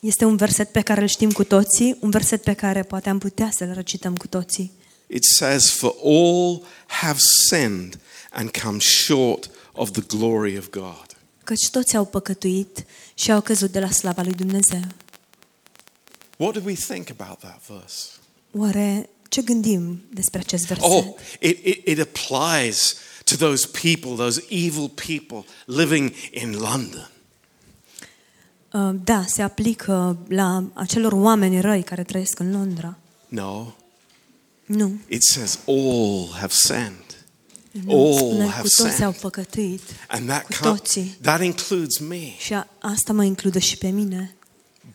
Speaker 1: este un verset pe care îl știm cu toții, un verset pe care poate am putea să-l recităm cu toții.
Speaker 2: It says, For all have sinned and come short of the glory of God.
Speaker 1: Căci toți au păcătuit și au căzut de la slava lui Dumnezeu.
Speaker 2: What do we think about that verse?
Speaker 1: Oare ce gândim despre acest verset?
Speaker 2: Oh, it, it, it applies to those people, those evil people living in London.
Speaker 1: Uh, Da, se aplică la acelor oameni răi care trăiesc în Londra.
Speaker 2: No,
Speaker 1: Nu.
Speaker 2: it says, All have sinned.
Speaker 1: nu
Speaker 2: All
Speaker 1: spune
Speaker 2: Oh, have
Speaker 1: cu toți au
Speaker 2: sinned.
Speaker 1: păcătuit.
Speaker 2: And that,
Speaker 1: cu
Speaker 2: can't-
Speaker 1: toții.
Speaker 2: that includes me.
Speaker 1: Și a, asta mă include și pe mine.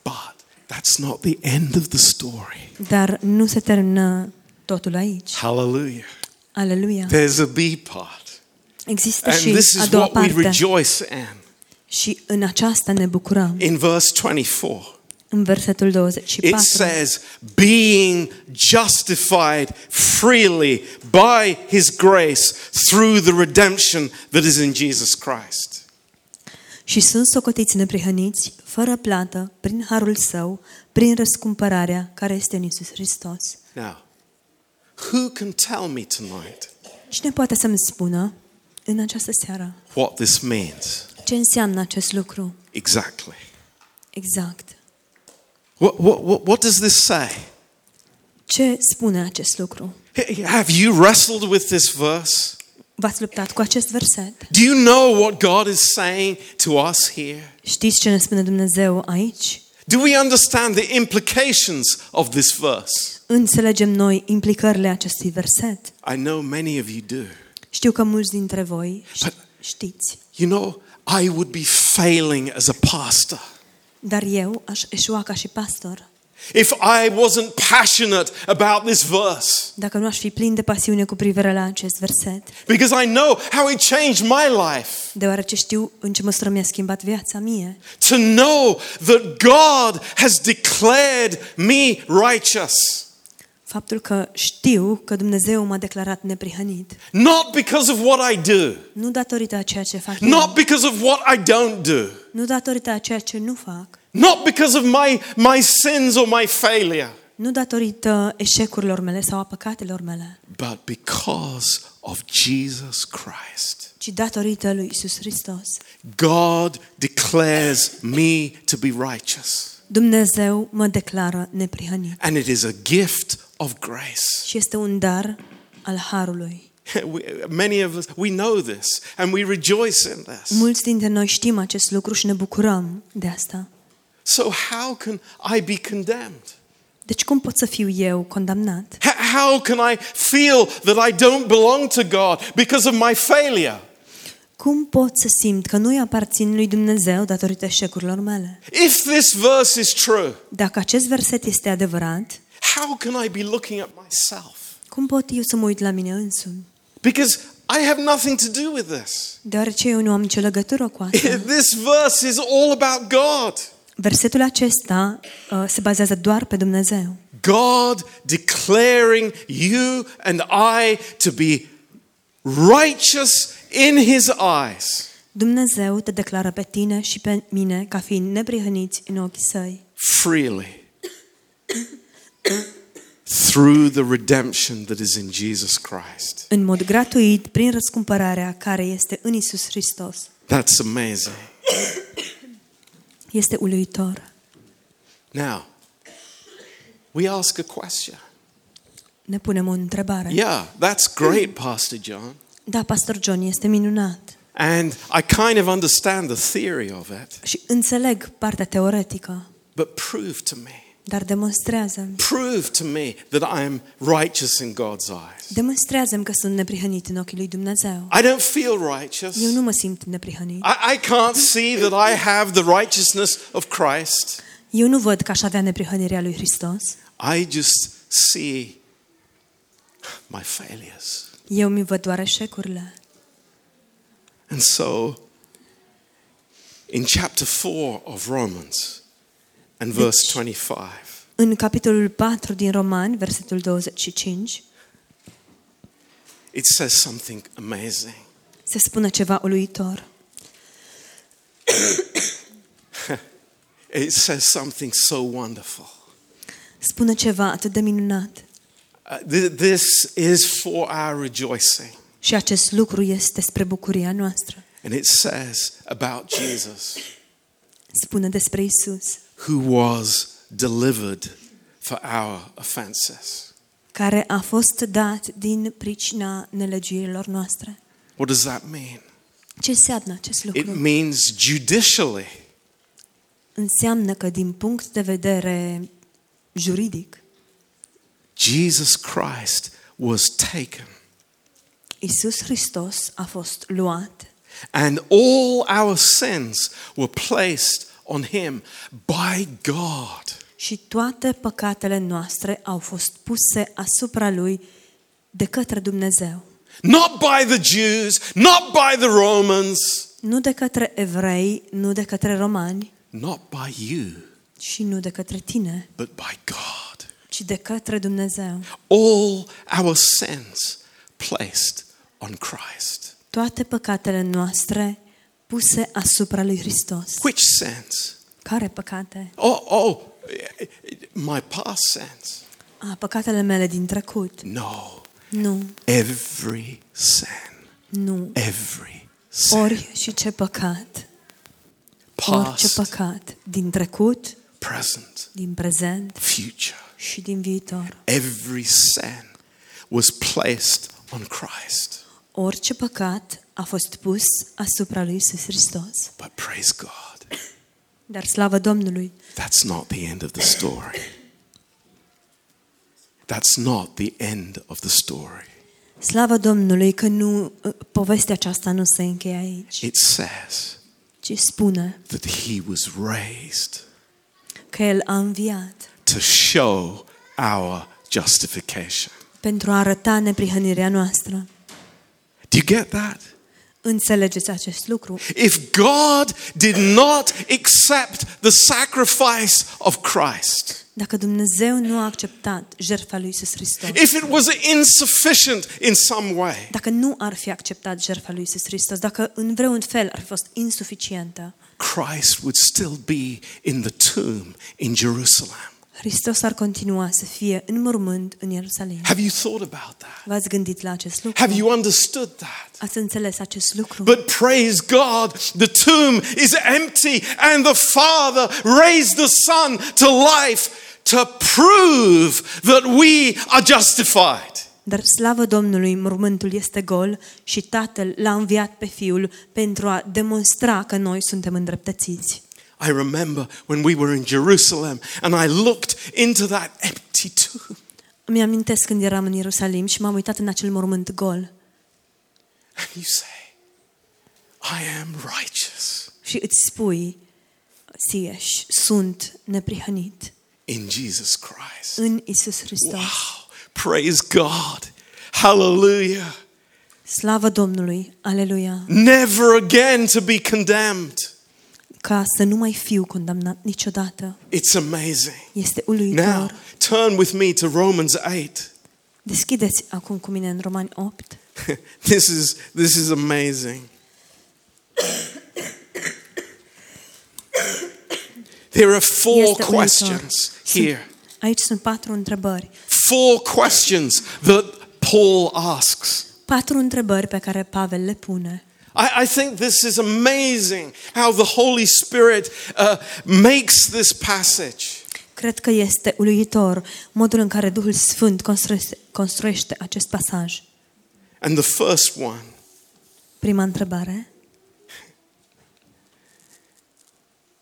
Speaker 2: But that's not the end of the story.
Speaker 1: Dar nu se termină totul aici.
Speaker 2: Hallelujah.
Speaker 1: Aleluia.
Speaker 2: There's a B part.
Speaker 1: Există
Speaker 2: And
Speaker 1: și
Speaker 2: this
Speaker 1: a
Speaker 2: is
Speaker 1: doua
Speaker 2: what we
Speaker 1: parte.
Speaker 2: rejoice in.
Speaker 1: Și în aceasta ne bucurăm.
Speaker 2: In verse 24,
Speaker 1: În versetul
Speaker 2: it
Speaker 1: 24
Speaker 2: says, being justified freely by his grace through the redemption that is in Jesus Christ.
Speaker 1: Și sunt socotiți neprihăniți, fără plată, prin harul său, prin răscumpărarea care este în Iisus Hristos.
Speaker 2: Now, who can tell me tonight
Speaker 1: Cine poate să-mi spună în această seară
Speaker 2: what this means
Speaker 1: ce înseamnă acest lucru
Speaker 2: exactly?
Speaker 1: exact?
Speaker 2: What, what, what, what does this say?
Speaker 1: Ce spune acest lucru?
Speaker 2: Have you wrestled with this verse?
Speaker 1: V-ați luptat cu acest verset?
Speaker 2: Do you know what God is saying to us here?
Speaker 1: Știți ce ne spune Dumnezeu aici?
Speaker 2: Do we understand the implications of this verse?
Speaker 1: Înțelegem noi implicările acestui verset?
Speaker 2: I know many of you do.
Speaker 1: Știu că mulți dintre voi ș- știți,
Speaker 2: You know, I would be failing as a pastor
Speaker 1: dar eu aș eșua ca și pastor
Speaker 2: if I wasn't passionate about this verse
Speaker 1: dacă nu aș fi plin de pasiune cu privire la acest verset.
Speaker 2: because I know how it changed my life
Speaker 1: deoarece știu în ce măsură mi-a schimbat viața mie.
Speaker 2: to know that God has declared me righteous,
Speaker 1: Faptul că știu că Dumnezeu m-a declarat neprihănit,
Speaker 2: not because of what I do,
Speaker 1: nu datorită a ceea ce fac eu,
Speaker 2: not because of what I don't do.
Speaker 1: nu datorită a ceea ce nu fac,
Speaker 2: Not because of my, my sins or my failure,
Speaker 1: nu datorită eșecurilor mele sau a păcatelor mele,
Speaker 2: but because of Jesus Christ.
Speaker 1: ci datorită lui Isus Hristos.
Speaker 2: God declares me to be righteous,
Speaker 1: Dumnezeu mă declară neprihănit
Speaker 2: and it is a gift of grace.
Speaker 1: și este un dar al harului.
Speaker 2: We- many of us, we know this, and we rejoice in this.
Speaker 1: Mulți dintre noi știm acest lucru și ne bucurăm de asta.
Speaker 2: So, how can I be condemned?
Speaker 1: Deci cum pot să fiu eu condamnat?
Speaker 2: H- How can I feel that I don't belong to God because of my failure?
Speaker 1: Cum pot să simt că nu-i aparțin lui Dumnezeu datorită eșecurilor mele?
Speaker 2: If this verse is true,
Speaker 1: Dacă acest verset este adevărat,
Speaker 2: how can I be looking at myself?
Speaker 1: cum pot eu să mă uit la mine însumi?
Speaker 2: Because I have nothing to do with this.
Speaker 1: Deoarece eu nu am nicio legătură cu asta.
Speaker 2: This verse is all about God.
Speaker 1: Versetul acesta uh, se bazează doar pe Dumnezeu.
Speaker 2: God declaring you and I to be righteous in his eyes,
Speaker 1: Dumnezeu te declară pe tine și pe mine ca fiind neprihăniți în ochii săi,
Speaker 2: freely, through the redemption that is in Jesus Christ.
Speaker 1: în mod gratuit prin răscumpărarea care este în Isus Hristos.
Speaker 2: That's amazing.
Speaker 1: Este uluitor.
Speaker 2: Now, we ask a question.
Speaker 1: Ne punem o întrebare.
Speaker 2: Yeah, that's great, Pastor John.
Speaker 1: Da, pastor John este minunat
Speaker 2: And I kind of understand the theory of it,
Speaker 1: și înțeleg partea teoretică,
Speaker 2: but prove to me,
Speaker 1: dar demonstrează
Speaker 2: prove to me that I am righteous in God's eyes.
Speaker 1: demonstrează că sunt neprihănit în ochii lui Dumnezeu.
Speaker 2: I don't feel
Speaker 1: Eu
Speaker 2: righteous.
Speaker 1: nu mă simt neprihănit.
Speaker 2: I, I can't see that I have the righteousness of Christ.
Speaker 1: Eu nu văd că aș avea neprihănirea lui Hristos.
Speaker 2: I just see my failures.
Speaker 1: Eu mi văd doar eșecurile.
Speaker 2: And so, in chapter 4 of Romans and verse 25,
Speaker 1: În capitolul 4 din Romani, versetul 25,
Speaker 2: it says something amazing.
Speaker 1: se spune ceva uluitor.
Speaker 2: It says something so wonderful.
Speaker 1: Spune ceva atât de minunat.
Speaker 2: Uh, th- this is for our rejoicing.
Speaker 1: Și acest lucru este spre bucuria noastră.
Speaker 2: And it says about Jesus,
Speaker 1: Spune despre Isus,
Speaker 2: who was delivered for our offenses.
Speaker 1: care a fost dat din pricina nelegiurilor noastre.
Speaker 2: What does that mean?
Speaker 1: Ce înseamnă acest
Speaker 2: It
Speaker 1: lucru?
Speaker 2: means judicially,
Speaker 1: Înseamnă că din punct de vedere juridic,
Speaker 2: Jesus Christ was taken.
Speaker 1: Isus Hristos a fost luat
Speaker 2: And all our sins were placed on him by God.
Speaker 1: și toate păcatele noastre au fost puse asupra lui de către Dumnezeu.
Speaker 2: Not by the Jews, not by the Romans,
Speaker 1: Nu de către evrei, nu de către romani
Speaker 2: not by you,
Speaker 1: și nu de către tine,
Speaker 2: but by God.
Speaker 1: ci de către Dumnezeu.
Speaker 2: All our sins placed on Christ.
Speaker 1: Toate păcatele noastre puse asupra lui Hristos.
Speaker 2: Which sins?
Speaker 1: Care păcate?
Speaker 2: Oh, oh, eh, eh, my past sins.
Speaker 1: A, păcatele mele din trecut.
Speaker 2: No,
Speaker 1: Nu,
Speaker 2: every sin,
Speaker 1: nu.
Speaker 2: every sin,
Speaker 1: Ori și ce păcat. Orice
Speaker 2: past,
Speaker 1: păcat. Din trecut,
Speaker 2: present,
Speaker 1: din prezent
Speaker 2: future.
Speaker 1: și din viitor.
Speaker 2: every sin was placed on Christ.
Speaker 1: Orice păcat a fost pus asupra lui Iisus Hristos.
Speaker 2: But praise God,
Speaker 1: Dar slavă Domnului,
Speaker 2: that's not the end of the story. That's not the end of the story.
Speaker 1: slavă Domnului că nu povestea aceasta nu se încheie aici,
Speaker 2: It says
Speaker 1: ci spune
Speaker 2: that he was raised
Speaker 1: că El a înviat
Speaker 2: to show our justification.
Speaker 1: pentru a arăta neprihănirea noastră.
Speaker 2: Do you get that?
Speaker 1: Înțelegeți acest lucru?
Speaker 2: If God did not accept the sacrifice of Christ,
Speaker 1: Dacă Dumnezeu nu a acceptat jertfa lui Iisus Hristos,
Speaker 2: if it was insufficient in some way,
Speaker 1: dacă nu ar fi acceptat jertfa lui Iisus Hristos, dacă în vreun fel ar fi fost insuficientă,
Speaker 2: Christ would still be in the tomb in Jerusalem.
Speaker 1: Hristos ar continua să fie în mormânt în Ierusalim.
Speaker 2: Have you thought about that?
Speaker 1: V-ați gândit la acest lucru?
Speaker 2: Have you understood that?
Speaker 1: Ați înțeles acest lucru?
Speaker 2: But praise God, the tomb is empty, and the Father raised the Son to life to prove that we are justified.
Speaker 1: Dar slavă Domnului, mormântul este gol și Tatăl l-a înviat pe Fiul pentru a demonstra că noi suntem îndreptățiți.
Speaker 2: I remember when we were in Jerusalem and I looked into that empty tomb
Speaker 1: Îmi amintesc când eram în Ierusalim și m-am uitat în acel mormânt gol
Speaker 2: and you say, I am righteous
Speaker 1: și îți spui, Sieși, sunt neprihănit
Speaker 2: in Jesus Christ.
Speaker 1: în Isus Hristos.
Speaker 2: Wow. Praise God. Hallelujah.
Speaker 1: Slavă Domnului, aleluia,
Speaker 2: Never again to be condemned.
Speaker 1: ca să nu mai fiu condamnat niciodată.
Speaker 2: It's amazing.
Speaker 1: Este uluitor.
Speaker 2: Now, turn with me to Romans 8.
Speaker 1: Deschideți acum cu mine în Romani 8.
Speaker 2: this is this is amazing. There are four
Speaker 1: Yes, that we
Speaker 2: questions here.
Speaker 1: Aici sunt patru întrebări.
Speaker 2: Four questions that Paul asks.
Speaker 1: Patru întrebări pe care Pavel le pune.
Speaker 2: I, I think this is amazing how the Holy Spirit uh, makes this passage.
Speaker 1: Cred că este uluitor modul în care Duhul Sfânt construiește, construiește acest pasaj.
Speaker 2: And the first one
Speaker 1: Prima întrebare,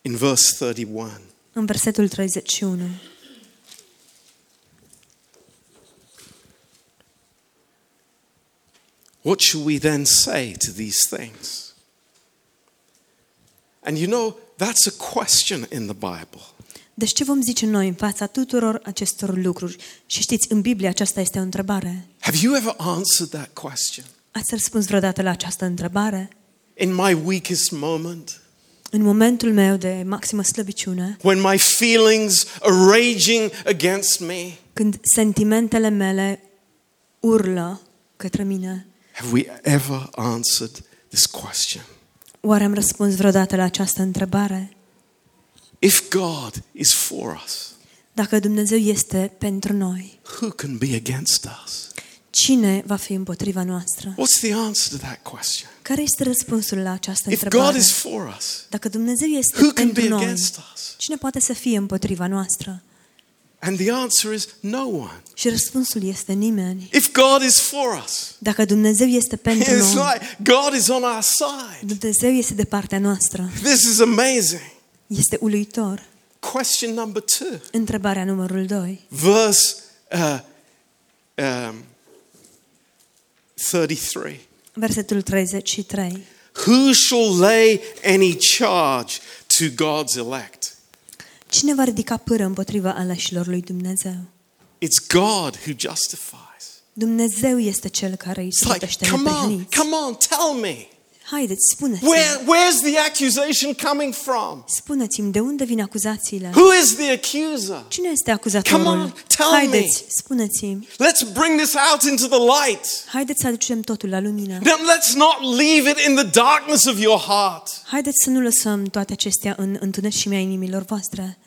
Speaker 2: in verse 31
Speaker 1: în versetul 31.
Speaker 2: What shall we then say to these things? And you know, that's a question in the Bible.
Speaker 1: Deci ce vom zice noi în fața tuturor acestor lucruri? Și știți, în Biblie aceasta este o întrebare.
Speaker 2: Have you ever answered that question?
Speaker 1: Ați răspuns vreodată la această întrebare?
Speaker 2: In my weakest moment,
Speaker 1: În momentul meu de maximă slăbiciune,
Speaker 2: when my feelings are raging against me,
Speaker 1: când sentimentele mele urlă către mine,
Speaker 2: have we ever answered this question?
Speaker 1: oare am răspuns vreodată la această întrebare?
Speaker 2: If God is for us,
Speaker 1: Dacă Dumnezeu este pentru noi,
Speaker 2: who can be against us?
Speaker 1: cine va fi împotriva noastră?
Speaker 2: What's the answer to that question?
Speaker 1: Care este răspunsul la această
Speaker 2: If God
Speaker 1: întrebare?
Speaker 2: is for us,
Speaker 1: Dacă Dumnezeu este
Speaker 2: who can
Speaker 1: pentru
Speaker 2: be
Speaker 1: noi,
Speaker 2: against us?
Speaker 1: cine poate să fie împotriva noastră?
Speaker 2: And the answer is no one.
Speaker 1: Și răspunsul este nimeni.
Speaker 2: If God is for us,
Speaker 1: Dacă Dumnezeu este pentru
Speaker 2: It's
Speaker 1: noi,
Speaker 2: like God is on our side.
Speaker 1: Dumnezeu este de partea noastră.
Speaker 2: This is amazing.
Speaker 1: Este uluitor.
Speaker 2: Question number two,
Speaker 1: Întrebarea numărul 2,
Speaker 2: verse uh, um, 33.
Speaker 1: versetul 33.
Speaker 2: Who shall lay any charge to God's elect?
Speaker 1: Cine va ridica pâră împotriva aleșilor lui Dumnezeu?
Speaker 2: It's God who justifies.
Speaker 1: Dumnezeu este cel care îi
Speaker 2: It's like,
Speaker 1: scotește
Speaker 2: come on,
Speaker 1: neprihăniți.
Speaker 2: come on, tell me.
Speaker 1: Haideți, spuneți
Speaker 2: Where, where's the accusation coming from?
Speaker 1: Spuneți-mi de unde vin acuzațiile?
Speaker 2: Who is the accuser?
Speaker 1: Cine este
Speaker 2: Come on,
Speaker 1: acuzatorul?
Speaker 2: tell me.
Speaker 1: Haideți, spuneți-mi.
Speaker 2: Let's bring this out into the light.
Speaker 1: Haideți să aducem totul la lumină.
Speaker 2: Then let's not leave it in the darkness of your heart.
Speaker 1: Haideți să nu lăsăm toate acestea în întunecimea inimilor voastre,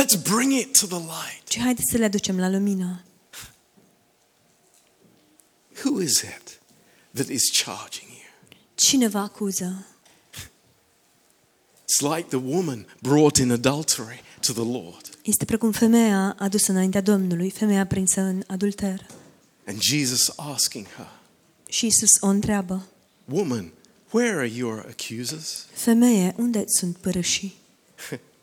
Speaker 2: Let's bring it to the light.
Speaker 1: ci haideți să le aducem la lumină.
Speaker 2: Who is it that is charging you?
Speaker 1: Cine vă acuză?
Speaker 2: It's like the woman brought in adultery to the Lord.
Speaker 1: Este precum femeia adusă înaintea Domnului, femeia prinsă în adulter.
Speaker 2: And Jesus asking her,
Speaker 1: Și Isus o întreabă,
Speaker 2: Woman, where are your accusers?
Speaker 1: Femeie, unde sunt părâșii?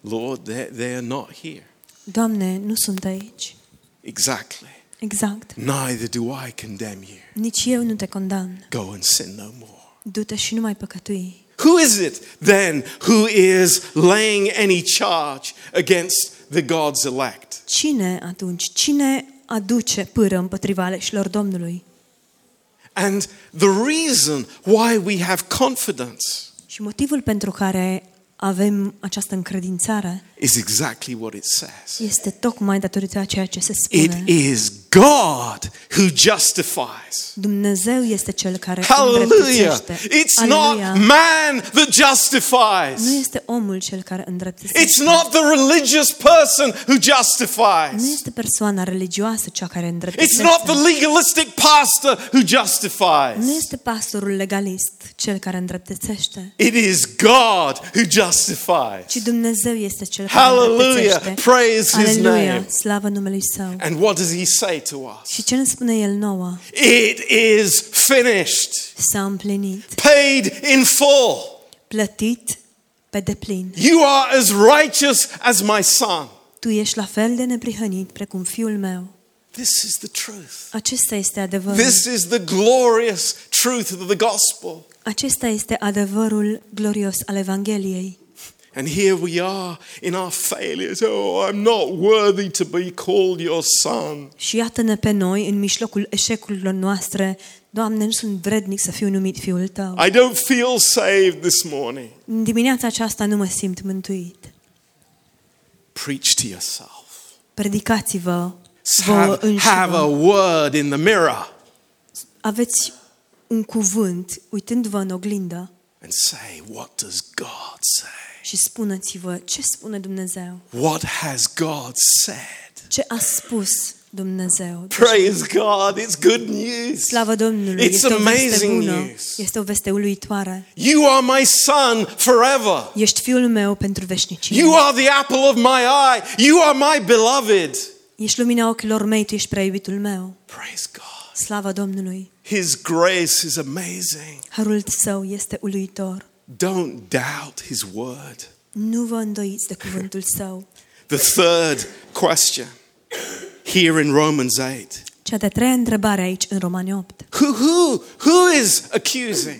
Speaker 2: Lord, they're, they're not here.
Speaker 1: Doamne, nu sunt aici.
Speaker 2: Exactly.
Speaker 1: Exact.
Speaker 2: Neither do I condemn you.
Speaker 1: Nici eu nu te condamn.
Speaker 2: Go and sin no more.
Speaker 1: Du-te și nu mai păcătui.
Speaker 2: Who is it then who is laying any charge against the God's elect?
Speaker 1: Cine atunci? Cine aduce pâră împotriva aleșilor Domnului?
Speaker 2: And the reason why we have confidence
Speaker 1: Și motivul pentru care avem această încredințare
Speaker 2: is exactly what it says.
Speaker 1: este tocmai datorită a ceea ce se spune.
Speaker 2: It is God who justifies.
Speaker 1: Dumnezeu este cel care
Speaker 2: Hallelujah.
Speaker 1: îndreptățește.
Speaker 2: It's not
Speaker 1: Aleluia.
Speaker 2: man that
Speaker 1: Nu
Speaker 2: justifies.
Speaker 1: este omul cel care îndreptățește.
Speaker 2: It's not the religious person who
Speaker 1: Nu
Speaker 2: justifies.
Speaker 1: este persoana religioasă cea care
Speaker 2: It's
Speaker 1: îndreptățește.
Speaker 2: not the legalistic pastor who
Speaker 1: Nu
Speaker 2: justifies.
Speaker 1: este pastorul legalist cel care îndreptățește,
Speaker 2: It is God who
Speaker 1: ci
Speaker 2: justifies.
Speaker 1: Dumnezeu este cel care
Speaker 2: Hallelujah.
Speaker 1: îndreptățește.
Speaker 2: Praise his name.
Speaker 1: Aleluia, slavă numelui Său.
Speaker 2: And what does he say to us?
Speaker 1: Și ce ne spune El nouă?
Speaker 2: It is finished,
Speaker 1: S-a împlinit,
Speaker 2: paid in full.
Speaker 1: plătit pe deplin.
Speaker 2: You are as righteous as my son.
Speaker 1: Tu ești la fel de neprihănit precum fiul meu.
Speaker 2: This is the truth.
Speaker 1: Acesta este adevărul.
Speaker 2: This is the glorious truth of the gospel.
Speaker 1: Acesta este adevărul glorios al Evangheliei.
Speaker 2: And here we are in our failures. Oh, I'm not worthy to be called your son.
Speaker 1: Și iată-ne pe noi în mijlocul eșecurilor noastre. Doamne, nu sunt vrednic să fiu numit fiul tău.
Speaker 2: I don't feel saved this morning.
Speaker 1: În dimineața aceasta nu mă simt mântuit.
Speaker 2: Preach to yourself.
Speaker 1: Predicați-vă vă
Speaker 2: Have, have a
Speaker 1: înșivă.
Speaker 2: word in the mirror
Speaker 1: Aveți un cuvânt uitându-vă în oglindă
Speaker 2: and say, What does God say?
Speaker 1: și spuneți-vă ce spune Dumnezeu.
Speaker 2: What has God said?
Speaker 1: ce a spus Dumnezeu.
Speaker 2: Praise God, it's good news.
Speaker 1: Slavă Domnului,
Speaker 2: It's
Speaker 1: este o veste
Speaker 2: amazing
Speaker 1: bună,
Speaker 2: news.
Speaker 1: este o veste uluitoare.
Speaker 2: You are my son forever.
Speaker 1: Ești fiul meu pentru veșnicie.
Speaker 2: You are the apple of my eye. You are my beloved.
Speaker 1: Ești lumina ochilor mei, tu ești prea iubitul meu.
Speaker 2: Praise God.
Speaker 1: Slavă Domnului,
Speaker 2: His grace is amazing.
Speaker 1: harul său este uluitor.
Speaker 2: Don't doubt his word.
Speaker 1: Nu vă îndoiți de cuvântul său.
Speaker 2: The third question here in Romans 8
Speaker 1: Cea de-a treia întrebare aici în Romani 8.
Speaker 2: Who, who, who is accusing?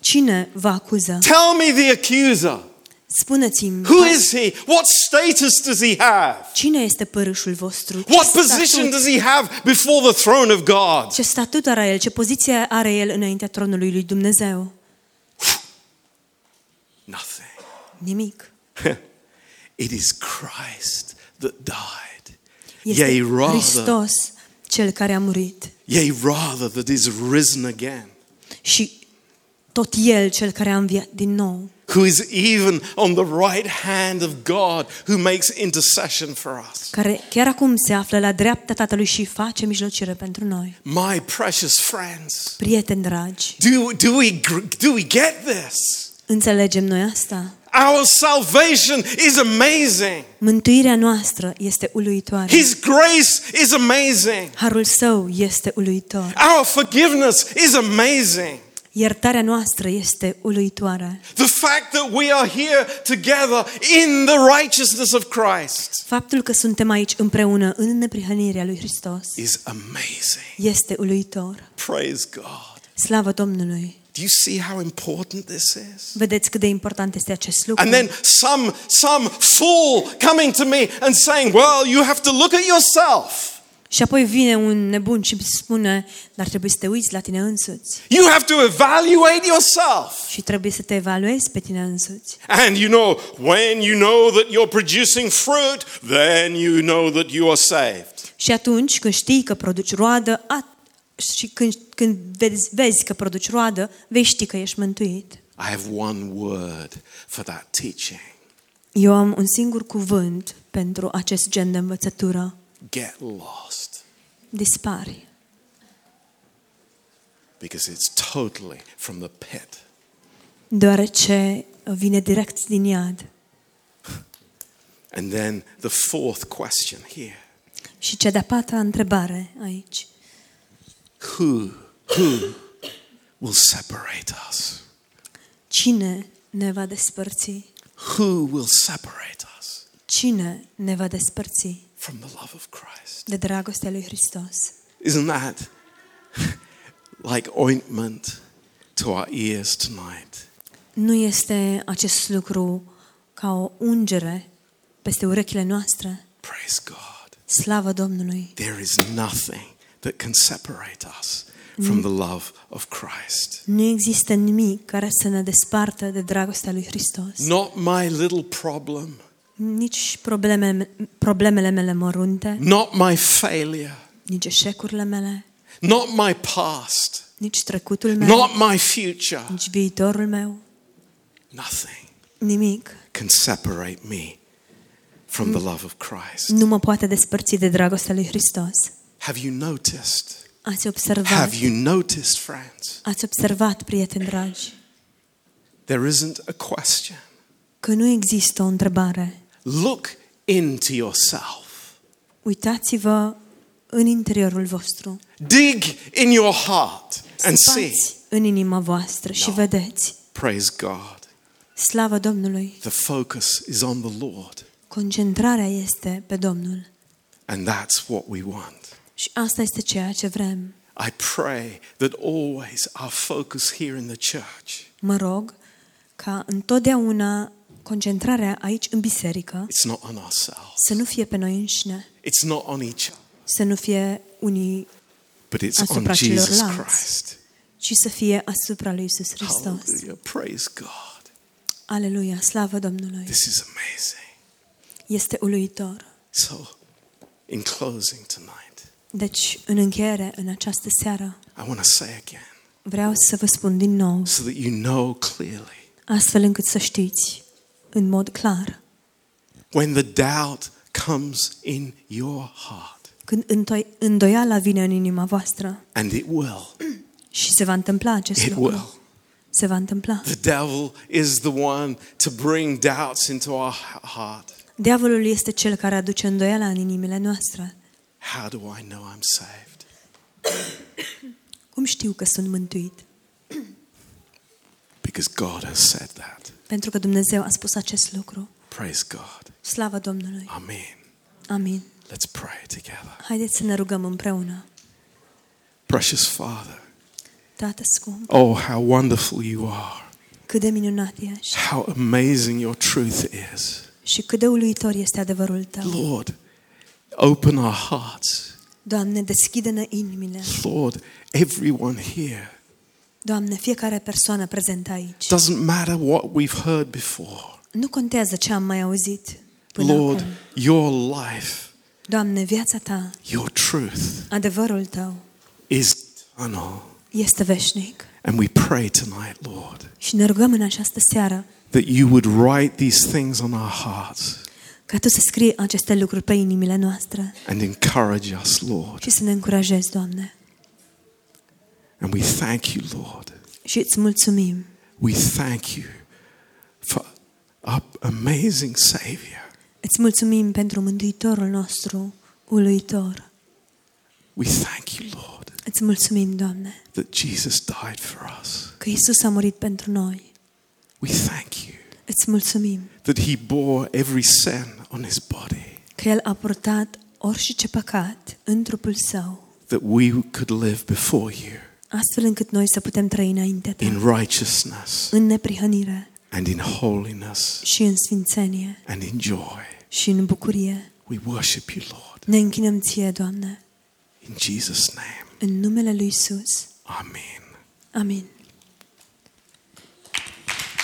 Speaker 1: Cine vă acuză?
Speaker 2: Tell me the accuser.
Speaker 1: Spuneți-mi,
Speaker 2: Who is he? What status does he have?
Speaker 1: cine este părâșul vostru? Ce
Speaker 2: What position
Speaker 1: statut,
Speaker 2: does he have before the throne of God?
Speaker 1: ce statut are el? Ce poziție are el înaintea tronului lui Dumnezeu?
Speaker 2: Nothing.
Speaker 1: Nimic.
Speaker 2: It is Christ that died.
Speaker 1: Este
Speaker 2: Yea, rather.
Speaker 1: Hristos cel care a murit
Speaker 2: Yea, rather, that is risen again,
Speaker 1: și tot El cel care a înviat din nou,
Speaker 2: who is even on the right hand of God, who makes intercession for us.
Speaker 1: care chiar acum se află la dreapta Tatălui și face mijlocire pentru noi.
Speaker 2: My precious friends,
Speaker 1: Prieteni dragi,
Speaker 2: do, do, we, gr- do we get this?
Speaker 1: înțelegem noi asta?
Speaker 2: Our salvation is amazing,
Speaker 1: Mântuirea noastră este uluitoare.
Speaker 2: His grace is amazing,
Speaker 1: Harul său este uluitor.
Speaker 2: our forgiveness is amazing.
Speaker 1: Iertarea noastră este uluitoare.
Speaker 2: The fact that we are here together in the righteousness of Christ
Speaker 1: Faptul că suntem aici împreună în neprihănirea lui Hristos
Speaker 2: is amazing.
Speaker 1: este uluitor.
Speaker 2: Praise God.
Speaker 1: Slavă Domnului!
Speaker 2: Do you see how important this is?
Speaker 1: Vedeți cât de important este acest lucru.
Speaker 2: And then some some fool coming to me and saying, "Well, you have to look at yourself.
Speaker 1: Și apoi vine un nebun și îmi spune, dar trebuie să te uiți la tine însuți
Speaker 2: You have to evaluate yourself."
Speaker 1: și trebuie să te evaluezi pe tine însuți.
Speaker 2: And you know, when you know that you're producing fruit, then you know that you are saved.
Speaker 1: Și atunci când știi că produci roadă a- și când, când vezi, vezi că produci roadă, vei ști că ești mântuit.
Speaker 2: I have one word for that teaching.
Speaker 1: Eu am un singur cuvânt pentru acest gen de învățătură.
Speaker 2: Get lost
Speaker 1: Dispari.
Speaker 2: because it's totally from the pit.
Speaker 1: Deoarece vine direct din iad.
Speaker 2: And then the fourth question here.
Speaker 1: Și cea de-a patra întrebare aici.
Speaker 2: Who who will separate us?
Speaker 1: Cine ne va despărți?
Speaker 2: Who will separate us
Speaker 1: Cine ne va despărți
Speaker 2: from the love of Christ?
Speaker 1: de dragostea lui Hristos?
Speaker 2: Isn't that like ointment to our ears tonight?
Speaker 1: Nu este acest lucru ca o ungere peste urechile noastre?
Speaker 2: Praise God.
Speaker 1: Slavă Domnului!
Speaker 2: There is nothing that can separate us from the love of Christ.
Speaker 1: Nu există nimic care să ne despartă de dragostea lui Hristos.
Speaker 2: Not my little problem,
Speaker 1: Nici probleme, problemele mele mărunte,
Speaker 2: not my failure,
Speaker 1: nici eșecurile mele,
Speaker 2: not my past,
Speaker 1: nici trecutul meu,
Speaker 2: not my future.
Speaker 1: nici viitorul meu,
Speaker 2: Nothing
Speaker 1: nimic
Speaker 2: can separate me from the love of Christ.
Speaker 1: nu mă poate despărți de dragostea lui Hristos.
Speaker 2: Have you noticed?
Speaker 1: Ați observat,
Speaker 2: Have you noticed, friends?
Speaker 1: ați observat, prieteni dragi,
Speaker 2: There isn't a question.
Speaker 1: că nu există o întrebare.
Speaker 2: Look into yourself.
Speaker 1: Uitați-vă în interiorul vostru,
Speaker 2: Dig in your heart and see. Da.
Speaker 1: spați în inima voastră și
Speaker 2: No.
Speaker 1: vedeți.
Speaker 2: Praise God.
Speaker 1: Slavă Domnului!
Speaker 2: The focus is on the Lord,
Speaker 1: Concentrarea este pe Domnul.
Speaker 2: and that's what we want.
Speaker 1: Și asta este ceea ce vrem.
Speaker 2: I pray that always our focus here in the church,
Speaker 1: Mă rog ca întotdeauna concentrarea aici în biserică
Speaker 2: it's not on ourselves,
Speaker 1: să nu fie pe noi înșine,
Speaker 2: it's not on each other,
Speaker 1: să nu fie unii,
Speaker 2: but it's on
Speaker 1: Asupra
Speaker 2: Jesus
Speaker 1: celorlalți.
Speaker 2: Christ.
Speaker 1: ci să fie asupra lui Iisus Hristos.
Speaker 2: Hallelujah. Praise God.
Speaker 1: Aleluia, slavă Domnului!
Speaker 2: This is amazing.
Speaker 1: Este uluitor.
Speaker 2: So, in closing tonight,
Speaker 1: Deci, în încheiere, în această seară,
Speaker 2: I want to say again
Speaker 1: vreau să vă spun din nou,
Speaker 2: so that you know clearly
Speaker 1: astfel încât să știți, în mod clar,
Speaker 2: when the doubt comes in your heart,
Speaker 1: Când întoi- îndoiala vine în inima voastră
Speaker 2: and it will.
Speaker 1: și se va întâmpla acest
Speaker 2: It
Speaker 1: lucru.
Speaker 2: will.
Speaker 1: Se va întâmpla.
Speaker 2: The devil is the one to bring doubts into our h- heart.
Speaker 1: Diavolul este cel care aduce îndoiala în inimile noastre.
Speaker 2: How do I know I'm saved?
Speaker 1: Cum știu că sunt mântuit?
Speaker 2: Because God has said that.
Speaker 1: Pentru că Dumnezeu a spus acest lucru.
Speaker 2: Praise God.
Speaker 1: Slavă Domnului!
Speaker 2: Amen.
Speaker 1: Amin.
Speaker 2: Let's pray together.
Speaker 1: Haideți să ne rugăm împreună.
Speaker 2: Precious Father,
Speaker 1: Tată scump,
Speaker 2: oh, how wonderful you are.
Speaker 1: cât de minunat ești
Speaker 2: How amazing your truth is.
Speaker 1: și cât de uluitor este adevărul tău.
Speaker 2: Lord, open our hearts.
Speaker 1: Doamne, deschide-ne inimile.
Speaker 2: Lord, everyone here,
Speaker 1: Doamne, fiecare persoană prezentă aici.
Speaker 2: doesn't matter what we've heard before.
Speaker 1: Nu contează ce am mai auzit până
Speaker 2: Lord,
Speaker 1: acum.
Speaker 2: your life,
Speaker 1: Doamne, viața ta,
Speaker 2: your truth
Speaker 1: adevărul tău
Speaker 2: is eternal.
Speaker 1: este veșnic.
Speaker 2: And we pray tonight, Lord,
Speaker 1: Și ne rugăm în această seară
Speaker 2: that you would write these things on our hearts
Speaker 1: ca tu să scrii aceste lucruri pe inimile noastre
Speaker 2: and encourage us, Lord.
Speaker 1: și să ne încurajezi, Doamne.
Speaker 2: And we thank you, Lord.
Speaker 1: Și îți mulțumim.
Speaker 2: We thank you for our amazing Savior.
Speaker 1: Îți mulțumim pentru Mântuitorul nostru, uluitor.
Speaker 2: We thank you, Lord,
Speaker 1: Îți mulțumim, Doamne,
Speaker 2: that Jesus died for us.
Speaker 1: că Isus a murit pentru noi.
Speaker 2: We thank you
Speaker 1: Îți mulțumim
Speaker 2: that He bore every sin on His body,
Speaker 1: că El a purtat orice păcat în trupul Său,
Speaker 2: that we could live before you
Speaker 1: astfel încât noi să putem trăi înaintea Ta,
Speaker 2: in righteousness
Speaker 1: în neprihănire
Speaker 2: and in holiness
Speaker 1: și în sfințenie
Speaker 2: and in joy.
Speaker 1: și în bucurie.
Speaker 2: We worship you, Lord.
Speaker 1: Ne închinăm Ție, Doamne,
Speaker 2: In Jesus' name,
Speaker 1: în numele Lui Isus.
Speaker 2: Amen.
Speaker 1: Amin.